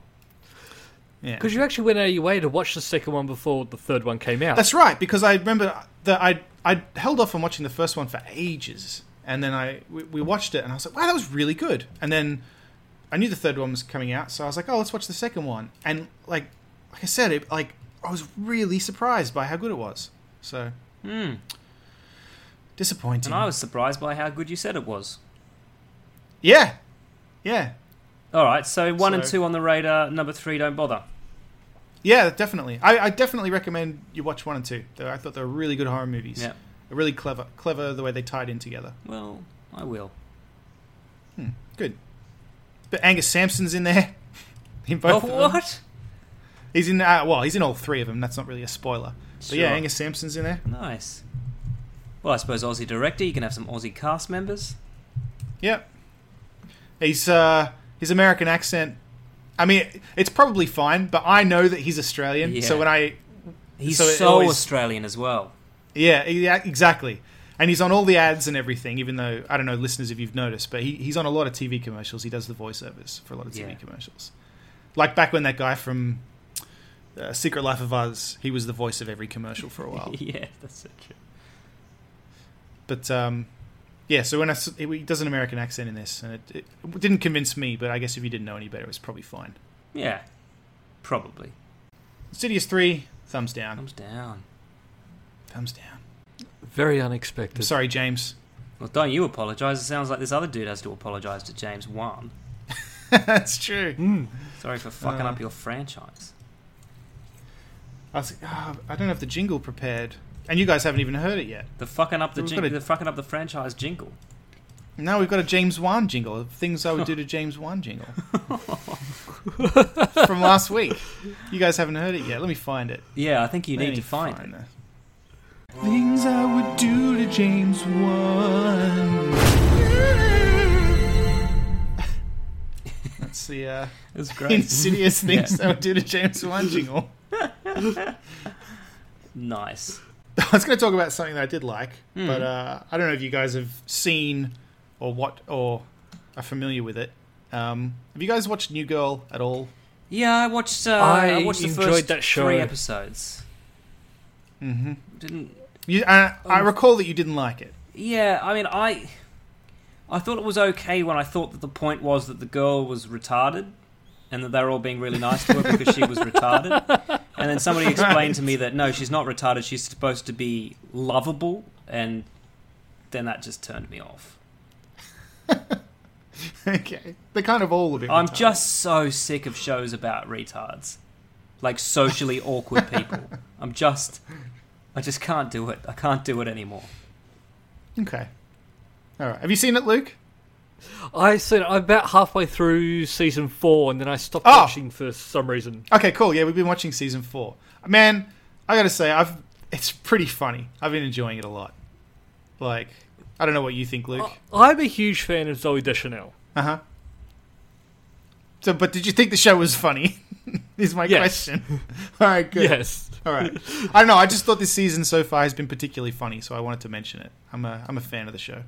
Speaker 2: Yeah.
Speaker 3: Because you actually went out of your way to watch the second one before the third one came out.
Speaker 2: That's right, because I remember that I I held off on watching the first one for ages, and then I we, we watched it, and I was like, wow, that was really good. And then I knew the third one was coming out, so I was like, oh, let's watch the second one. And like like I said, it like I was really surprised by how good it was. So disappointing.
Speaker 4: Hmm. And I was surprised by how good you said it was.
Speaker 2: yeah, yeah,
Speaker 4: All right, so one and
Speaker 2: So-
Speaker 4: two on the radar. Number three, don't bother.
Speaker 2: yeah, definitely. I, I definitely recommend you watch one and two. Though I thought they were really good horror movies.
Speaker 4: Yeah.
Speaker 2: really clever, clever the way they tied in together.
Speaker 4: Well, I will.
Speaker 2: Good. But Angus Sampson's in there. In both of them.
Speaker 4: Oh, what?
Speaker 2: He's in. Uh, well, he's in all three of them. That's not really a spoiler. But yeah,
Speaker 4: Sure.
Speaker 2: Angus Sampson's in there.
Speaker 4: Nice. Well, I suppose Aussie director. You can have some Aussie cast members.
Speaker 2: Yep. He's uh, his American accent. I mean, it's probably fine, but I know that he's Australian.
Speaker 4: Yeah.
Speaker 2: So when I
Speaker 4: He's
Speaker 2: So
Speaker 4: so,
Speaker 2: it always-
Speaker 4: Australian as well.
Speaker 2: yeah, e- yeah, exactly. And he's on all the ads and everything. Even though I don't know, listeners, if you've noticed, but he, he's on a lot of TV commercials. He does the voiceovers for a lot of TV
Speaker 4: Yeah.
Speaker 2: commercials. Like back when that guy from uh, Secret Life of Us, he was the voice of every commercial for a while.
Speaker 4: yeah, that's so true.
Speaker 2: But um, yeah, so when I s- he does an American accent in this, and it, it didn't convince me. But I guess if you didn't know any better, it was probably fine.
Speaker 4: Yeah, probably.
Speaker 2: Insidious three, thumbs down,
Speaker 4: Thumbs down.
Speaker 2: thumbs down.
Speaker 3: Very
Speaker 2: I'm
Speaker 3: unexpected.
Speaker 2: sorry, James.
Speaker 4: Well, don't you apologise. It sounds like this other dude has to apologise to James Wan.
Speaker 2: That's true.
Speaker 4: Mm. Sorry for fucking
Speaker 2: Uh.
Speaker 4: up your franchise.
Speaker 2: I was, ah, I don't have the jingle prepared, and you guys haven't even heard it yet.
Speaker 4: The fucking up the
Speaker 2: We've
Speaker 4: jing-
Speaker 2: got a-
Speaker 4: the fucking up the franchise jingle.
Speaker 2: Now we've got a James Wan jingle. of Things I would do to James Wan jingle from last week. You guys haven't heard it yet. Let me find it.
Speaker 4: Yeah, I think you
Speaker 2: Let
Speaker 4: need
Speaker 2: me
Speaker 4: to find, it.
Speaker 2: that. Things I would do to James Wan. That's the uh,
Speaker 4: It's great.
Speaker 2: insidious things I would do to James Wan jingle.
Speaker 4: nice.
Speaker 2: I was going to talk about something that I did like,
Speaker 4: Hmm.
Speaker 2: but uh, I don't know if you guys have seen or what or are familiar with it. Um, have you guys watched New Girl at all?
Speaker 4: Yeah, I watched. Uh,
Speaker 3: I
Speaker 4: I, watched the
Speaker 3: enjoyed
Speaker 4: first
Speaker 3: that show.
Speaker 4: three episodes. Mm-hmm. Didn't.
Speaker 2: You, I,
Speaker 4: Um,
Speaker 2: I recall that you didn't like it.
Speaker 4: Yeah, I mean, I. I thought it was okay when I thought that the point was that the girl was retarded, and that they were all being really nice to her because she was retarded. And then somebody explained to me that no, she's not retarded. She's supposed to be lovable, and then that just turned me off.
Speaker 2: okay, they're kind of all a bit.
Speaker 4: I'm
Speaker 2: retarded.
Speaker 4: just so sick of shows about retards, like socially awkward people. I'm just, I just can't do it. I can't do it anymore.
Speaker 2: okay. All right. Have you seen it, Luke?
Speaker 3: I said I'm about halfway through season four, and then I stopped
Speaker 2: Oh.
Speaker 3: watching for some reason.
Speaker 2: Okay, cool. Yeah, we've been watching season four. Man, I gotta say, I've it's pretty funny. I've been enjoying it a lot. Like, I don't know what you think,
Speaker 4: Oh,
Speaker 2: Luke.
Speaker 3: I'm a huge fan of Zoe Deschanel.
Speaker 2: Uh huh. So, but did you think the show was funny? is my
Speaker 3: Yes.
Speaker 2: question. All right, good.
Speaker 3: Yes.
Speaker 2: All right. I don't know. I just thought this season so far has been particularly funny, so I wanted to mention it. I'm a I'm a fan of the show.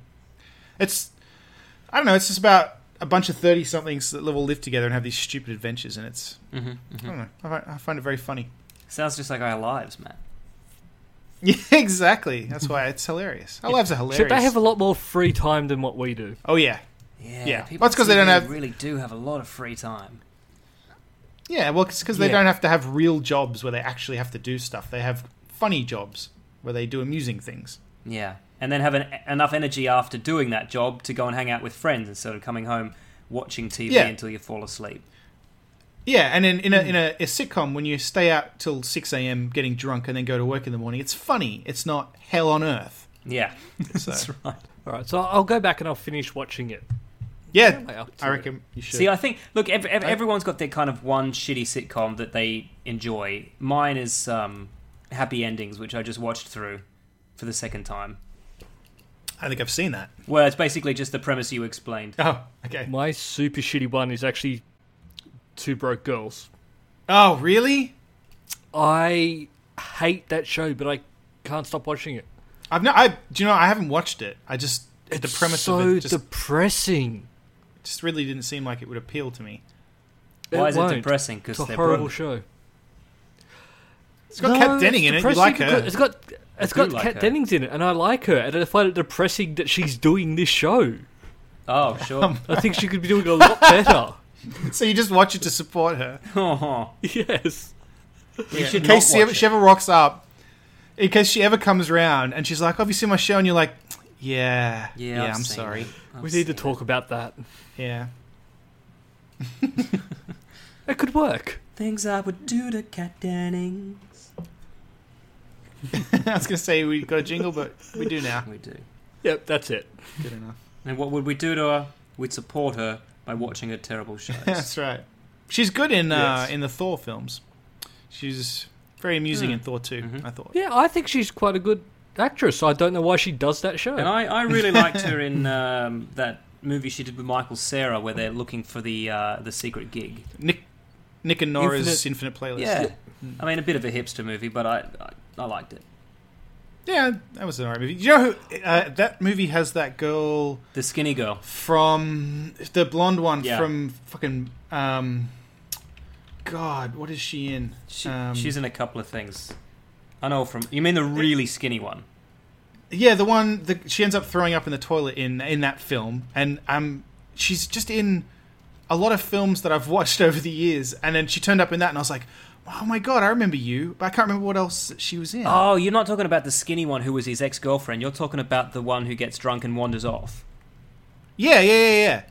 Speaker 2: It's I don't know. It's just about a bunch of thirty somethings that all live together and have these stupid adventures, and it's
Speaker 3: Mm-hmm,
Speaker 2: I don't know. I, fi- I find it very funny.
Speaker 4: Sounds just like our lives, man.
Speaker 2: Yeah, exactly. That's why it's hilarious. Our lives are
Speaker 3: Except
Speaker 2: hilarious.
Speaker 3: they have a lot more free time than what we do.
Speaker 2: oh yeah,
Speaker 4: Yeah,
Speaker 2: Yeah.
Speaker 4: people
Speaker 2: Well, that's 'cause they
Speaker 4: on
Speaker 2: don't
Speaker 4: TV
Speaker 2: have-
Speaker 4: really do have a lot of free time.
Speaker 2: yeah. Well, it's because they
Speaker 4: Yeah.
Speaker 2: don't have to have real jobs where they actually have to do stuff. They have funny jobs where they do amusing things.
Speaker 4: Yeah, and then have an, enough energy after doing that job to go and hang out with friends instead of coming home watching TV
Speaker 2: Yeah.
Speaker 4: until you fall asleep.
Speaker 2: Yeah, and in, in, a, in a, a sitcom, when you stay out till six a.m. getting drunk and then go to work in the morning, it's funny. It's not hell on earth.
Speaker 4: Yeah,
Speaker 2: So
Speaker 4: that's right.
Speaker 3: All right, so I'll go back and I'll finish watching it.
Speaker 2: yeah,
Speaker 3: I up to
Speaker 2: I
Speaker 3: it?
Speaker 2: reckon you should.
Speaker 4: See, I think look, ev- ev- everyone's got their kind of one shitty sitcom that they enjoy. Mine is um, Happy Endings, which I just watched through for the second time.
Speaker 2: I think I've seen that.
Speaker 4: Where it's basically just the premise you explained.
Speaker 2: Oh, okay.
Speaker 3: My super shitty one is actually Two Broke Girls.
Speaker 2: Oh, really?
Speaker 3: I hate that show, but I can't stop watching it.
Speaker 2: I've not. I do you know I haven't watched it. I just the
Speaker 3: It's
Speaker 2: premise
Speaker 3: so
Speaker 2: of it just,
Speaker 3: depressing.
Speaker 2: just really didn't seem like it would appeal to me.
Speaker 4: Why is it
Speaker 3: won't.
Speaker 4: depressing? Because
Speaker 3: It's a
Speaker 4: they're
Speaker 3: horrible
Speaker 4: broke.
Speaker 3: show.
Speaker 2: It's got Kat Denning in it. You like her?
Speaker 3: It's got it's
Speaker 4: do
Speaker 3: got
Speaker 4: like
Speaker 3: Kat
Speaker 4: her.
Speaker 3: Dennings in it, and I like her, and I find it depressing that she's doing this show.
Speaker 4: Oh, sure.
Speaker 3: I think she could be doing a lot better.
Speaker 2: So you just watch it to support her.
Speaker 4: Oh,
Speaker 3: yes.
Speaker 4: You should
Speaker 2: in case she
Speaker 4: not watch
Speaker 2: ever,
Speaker 4: it.
Speaker 2: she ever rocks up, in case she ever comes round and she's like, "Oh, "Have you seen my show?" and you're like, "Yeah,
Speaker 4: Yeah,
Speaker 2: yeah,
Speaker 4: I've
Speaker 2: I'm
Speaker 4: seen
Speaker 2: sorry,
Speaker 4: it. I've
Speaker 3: we need to
Speaker 4: seen
Speaker 3: talk about that.
Speaker 2: yeah."
Speaker 3: It could work.
Speaker 4: it. Things I would do to Cat Denning.
Speaker 2: I was gonna say we got a jingle, but we do now.
Speaker 4: We do.
Speaker 3: Yep, that's it.
Speaker 2: Good enough.
Speaker 4: And what would we do to her? We'd support her by watching her terrible shows.
Speaker 2: That's right. She's good in uh,
Speaker 4: Yes.
Speaker 2: in the Thor films. She's very amusing
Speaker 4: Hmm.
Speaker 2: in Thor too.
Speaker 4: Mm-hmm.
Speaker 2: I thought.
Speaker 3: Yeah, I think she's quite a good actress. I don't know why she does that show.
Speaker 4: and I, I really liked her in um, that movie she did with Michael Sarah, where they're looking for the uh, the secret gig.
Speaker 2: Nick Nick and Nora's Infinite,
Speaker 4: Infinite-
Speaker 2: Playlist.
Speaker 4: Yeah, I mean a bit of a hipster movie, but I I, I liked it.
Speaker 2: yeah, that was an alright movie. You know who? Uh, that movie has that girl
Speaker 4: The skinny girl.
Speaker 2: from the blonde one
Speaker 4: Yeah.
Speaker 2: from fucking um. God, what is she in?
Speaker 4: She,
Speaker 2: Um,
Speaker 4: she's in a couple of things. I know from you mean the really skinny one.
Speaker 2: Yeah, the one the, she ends up throwing up in the toilet in in that film, and um, she's just in a lot of films that I've watched over the years, and then she turned up in that, and I was like, oh my god, I remember you, but I can't remember what else she was in.
Speaker 4: Oh, you're not talking about the skinny one who was his ex girlfriend. You're talking about the one who gets drunk and wanders off.
Speaker 2: Yeah, yeah, yeah, yeah.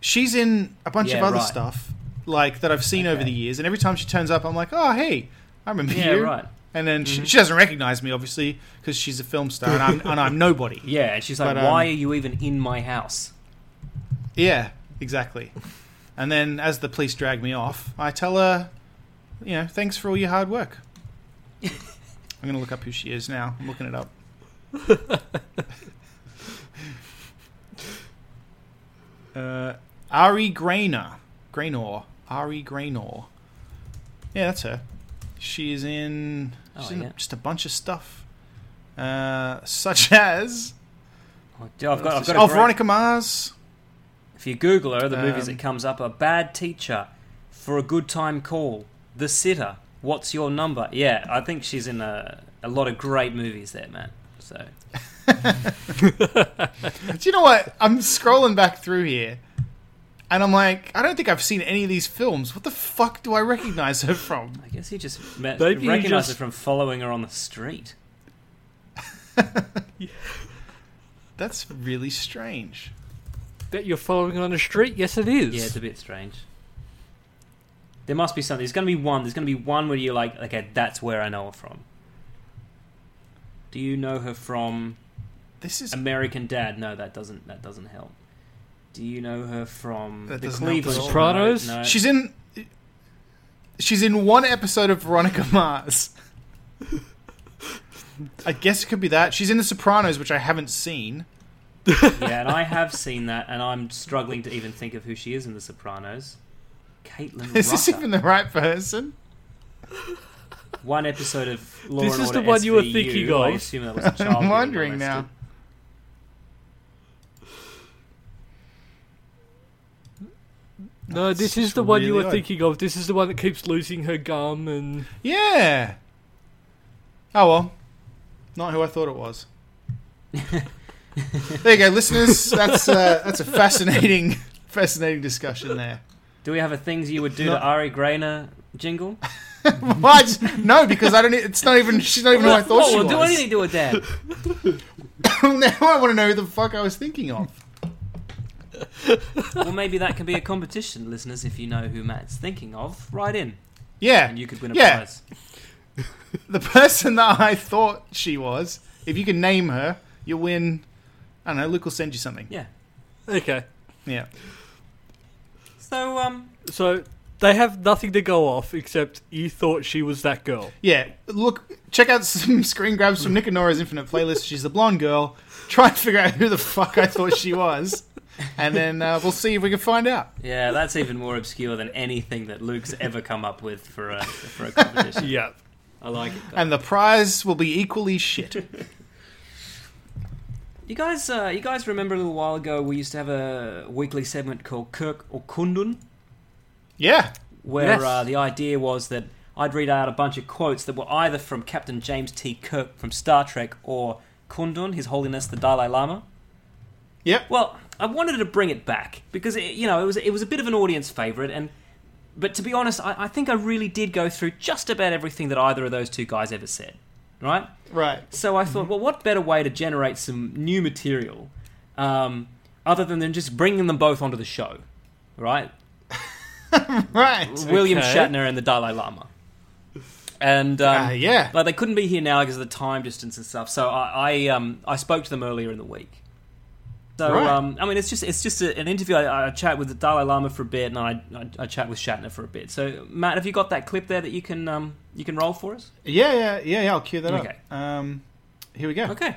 Speaker 2: She's in a bunch of
Speaker 4: Yeah,
Speaker 2: other
Speaker 4: right.
Speaker 2: stuff like that I've seen over
Speaker 4: Okay.
Speaker 2: the years, and every time she turns up, I'm like, oh hey, I remember
Speaker 4: Yeah,
Speaker 2: you.
Speaker 4: right. Mm-hmm.
Speaker 2: And then she, she doesn't recognize me, obviously, because she's a film star, and I'm and I'm nobody.
Speaker 4: Yeah, and she's like,
Speaker 2: But, um,
Speaker 4: "Why are you even in my house?"
Speaker 2: Yeah, exactly. And then as the police drag me off, I tell her, you know, thanks for all your hard work. I'm going to look up who she is now. I'm looking it up. uh, Ari Grainer. Graynor. Ari Graynor. Yeah, that's her. She is in,
Speaker 4: Oh,
Speaker 2: she's in
Speaker 4: yeah.
Speaker 2: just a bunch of stuff. Uh, such as.
Speaker 4: Oh, I've got, I've got a
Speaker 2: Oh,
Speaker 4: great-
Speaker 2: Veronica Mars.
Speaker 4: If you Google her, the movies
Speaker 2: Um,
Speaker 4: that comes up are Bad Teacher, For a Good Time Call, The Sitter, What's Your Number? Yeah, I think she's in a, a lot of great movies there, man. So
Speaker 2: Do you know what? I'm scrolling back through here, and I'm like, I don't think I've seen any of these films. What the fuck do I recognize her from?
Speaker 4: I guess you just met,
Speaker 3: Maybe you
Speaker 4: recognized her
Speaker 3: just-
Speaker 4: from following her on the street.
Speaker 2: That's really strange.
Speaker 3: Bet you're following her on the street. Yes, it is.
Speaker 4: Yeah, it's a bit strange. There must be something. There's going to be one. There's going to be one where you're like, okay, that's where I know her from. Do you know her from
Speaker 2: This is
Speaker 4: American Dad? No, that doesn't. That doesn't help. Do you know her from
Speaker 2: That
Speaker 4: the
Speaker 2: doesn't help at
Speaker 4: Cleveland
Speaker 2: all.
Speaker 3: Sopranos?
Speaker 4: No, no.
Speaker 2: she's in. She's in one episode of Veronica Mars. I guess it could be that she's in The Sopranos, which I haven't seen.
Speaker 4: Yeah, and I have seen that, and I'm struggling to even think of who she is in The Sopranos. Caitlin
Speaker 2: Is this
Speaker 4: Rucker.
Speaker 2: even the right person?
Speaker 4: One episode of Law
Speaker 3: This
Speaker 4: and
Speaker 3: is the
Speaker 4: Order
Speaker 3: one you were
Speaker 4: SVU.
Speaker 3: thinking
Speaker 4: I
Speaker 3: of.
Speaker 4: assume that was a child.
Speaker 2: I'm
Speaker 4: being
Speaker 2: wondering now.
Speaker 4: molested.
Speaker 3: No, this
Speaker 2: That's
Speaker 3: is the one you
Speaker 2: really
Speaker 3: were
Speaker 2: odd.
Speaker 3: thinking of. This is the one that keeps losing her gum and
Speaker 2: Yeah. Oh well. Not who I thought it was. there you go, listeners. That's uh, that's a fascinating, fascinating discussion there.
Speaker 4: Do we have a things you would do
Speaker 2: No.
Speaker 4: to Ari Grainer jingle?
Speaker 2: Why? No, because I don't. e- It's not even. She's not even who I thought
Speaker 4: oh,
Speaker 2: she
Speaker 4: we'll
Speaker 2: was.
Speaker 4: do anything to a dad.
Speaker 2: now I want to know who the fuck I was thinking of.
Speaker 4: well, maybe that can be a competition, listeners. If you know who Matt's thinking of, write in,
Speaker 2: Yeah,
Speaker 4: and you could win a
Speaker 2: Yeah.
Speaker 4: prize.
Speaker 2: the person that I thought she was. If you can name her, you win. I don't know. Luke will send you something.
Speaker 4: Yeah.
Speaker 3: okay.
Speaker 2: Yeah.
Speaker 4: So, um,
Speaker 3: So they have nothing to go off except you thought she was that girl.
Speaker 2: Yeah, look, check out some screen grabs from Nick and Nora's Infinite Playlist. She's the blonde girl. Try and figure out who the fuck I thought she was, and then uh, we'll see if we can find out.
Speaker 4: yeah, that's even more obscure than anything that Luke's ever come up with for a for a competition.
Speaker 3: Yeah.
Speaker 4: I like it.
Speaker 2: and the prize will be equally shit.
Speaker 4: You guys, uh, you guys remember a little while ago we used to have a weekly segment called Kirk or Kundun,
Speaker 2: Yeah.
Speaker 4: where
Speaker 3: Yes.
Speaker 4: uh, the idea was that I'd read out a bunch of quotes that were either from Captain James T. Kirk from Star Trek or Kundun, His Holiness the Dalai Lama.
Speaker 2: Yep.
Speaker 4: Well, I wanted to bring it back because it, you know it was it was a bit of an audience favorite, and but to be honest, I, I think I really did go through just about everything that either of those two guys ever said, right?
Speaker 2: Right.
Speaker 4: So I thought, well, what better way to generate some new material um, other than than just bringing them both onto the show, right?
Speaker 2: Right.
Speaker 4: William
Speaker 3: Okay.
Speaker 4: Shatner and the Dalai Lama. And um,
Speaker 2: Uh, yeah.
Speaker 4: like they couldn't be here now because of the time distance and stuff. So I, I, um, I spoke to them earlier in the week. So
Speaker 2: Right.
Speaker 4: um, I mean, it's just it's just a, an interview. I, I chat with the Dalai Lama for a bit, and I, I I chat with Shatner for a bit. So Matt, have you got that clip there that you can um, you can roll for us?
Speaker 2: Yeah, yeah, yeah, yeah. I'll cue that
Speaker 4: Okay.
Speaker 2: up. Um, here we go.
Speaker 4: Okay.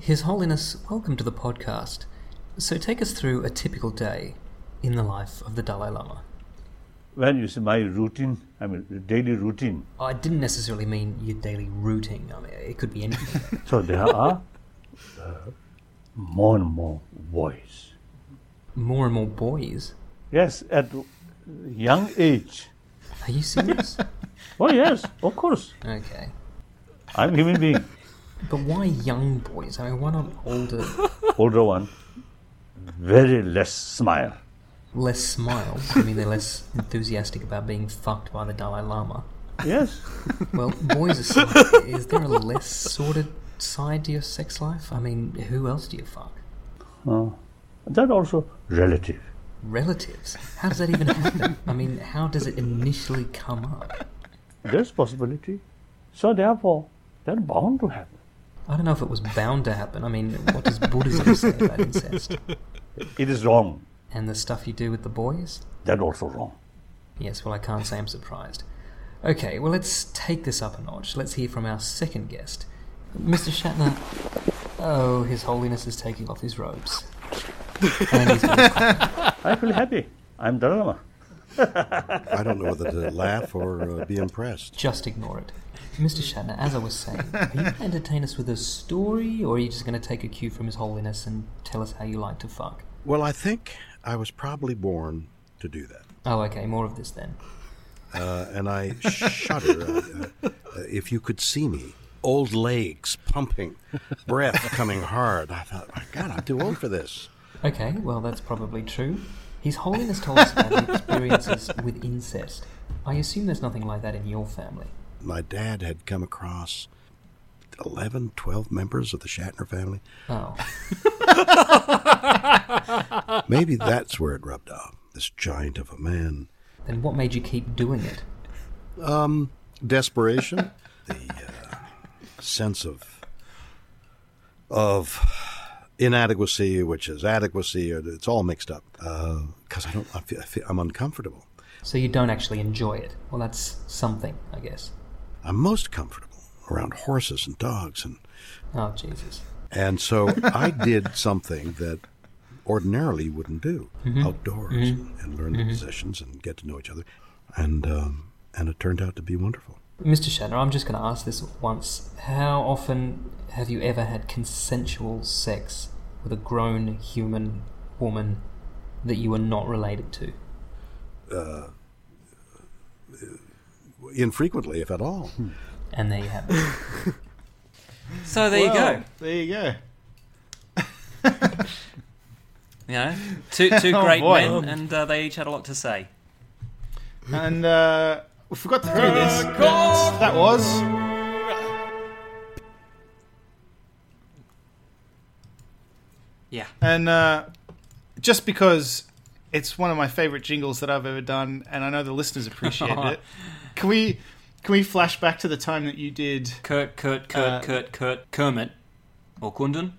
Speaker 8: His Holiness, welcome to the podcast. So take us through a typical day in the life of the Dalai Lama.
Speaker 9: When you say my routine, I mean the daily routine.
Speaker 8: I didn't necessarily mean your daily routine. I mean, it could be anything.
Speaker 9: So there are uh, more and more boys.
Speaker 8: more and more boys.
Speaker 9: Yes, at young age.
Speaker 8: Are you serious?
Speaker 9: Oh yes, of course.
Speaker 8: okay.
Speaker 9: I'm human being.
Speaker 8: But why young boys? I mean, why not older,
Speaker 9: Older one, very less smile.
Speaker 8: less smiles? I mean, they're less enthusiastic about being fucked by the Dalai Lama.
Speaker 9: Yes.
Speaker 8: Well, boys aside, is there a less sordid side to your sex life? I mean, who else do you fuck?
Speaker 9: Uh, that also relative.
Speaker 8: relatives. How does that even happen? I mean, how does it initially come up?
Speaker 9: There's possibility. So therefore, they're bound to happen.
Speaker 8: I don't know if it was bound to happen. I mean, what does Buddhism say about incest?
Speaker 9: It is wrong.
Speaker 8: And the stuff you do with the boys?
Speaker 9: That also wrong.
Speaker 8: Yes, well, I can't say I'm surprised. Okay, well, let's take this up a notch. Let's hear from our second guest. Mr. Shatner. Oh, His Holiness is taking off his robes. And he's
Speaker 9: I feel happy. I'm Dalai Lama.
Speaker 10: I don't know whether to laugh or uh, be impressed.
Speaker 8: Just ignore it. Mr. Shatner, as I was saying, are you going to entertain us with a story, or are you just going to take a cue from His Holiness and tell us how you like to fuck?
Speaker 10: Well, I think I was probably born to do that.
Speaker 8: Oh, okay, more of this then.
Speaker 10: Uh, and I shudder. uh, uh, if you could see me, old legs pumping, breath coming hard. I thought, my God, I'm too old for this.
Speaker 8: Okay, well, that's probably true. His Holiness told us about his experiences with incest. I assume there's nothing like that in your family.
Speaker 10: My dad had come across 11, 12 members of the Shatner family.
Speaker 8: Oh,
Speaker 10: Maybe that's where it rubbed off. This giant of a man.
Speaker 8: then what made you keep doing it?
Speaker 10: Um, desperation, the uh, sense of of inadequacy, which is adequacy, or it's all mixed up. Because I don't, I feel, I feel, I'm uncomfortable.
Speaker 8: So you don't actually enjoy it. Well, that's something, I guess.
Speaker 10: I'm most comfortable around horses and dogs, and
Speaker 8: Oh, Jesus.
Speaker 10: and so I did something that ordinarily wouldn't do
Speaker 8: Mm-hmm.
Speaker 10: outdoors and, and learn the positions and get to know each other, and um, and it turned out to be wonderful.
Speaker 8: Mr. Shatner, I'm just going to ask this once. How often have you ever had consensual sex with a grown human woman that you were not related to?
Speaker 10: Infrequently, if at all.
Speaker 8: And there you have it.
Speaker 4: So there you go.
Speaker 2: Well, There you go.
Speaker 4: You know, two two great
Speaker 2: Oh, boy.
Speaker 4: men, and uh, they each had a lot to say.
Speaker 2: And uh, we forgot to do this. That was.
Speaker 4: Yeah.
Speaker 2: And uh, just because it's one of my favorite jingles that I've ever done, and I know the listeners appreciated it, can we can we flash back to the time that you did?
Speaker 4: Kurt, Kurt, Kurt,
Speaker 2: Uh,
Speaker 4: Kurt, Kurt, Kermit, or Kundun.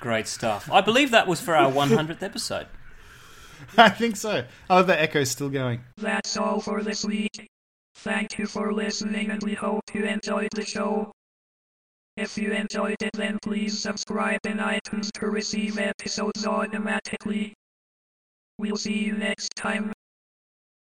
Speaker 4: Great stuff. I believe that was for our 100th episode.
Speaker 2: I think so. I love that echo's still going.
Speaker 8: That's all for this week. Thank you for listening and we hope you enjoyed the show. If you enjoyed it then please subscribe in iTunes to receive episodes automatically. We'll see you next time.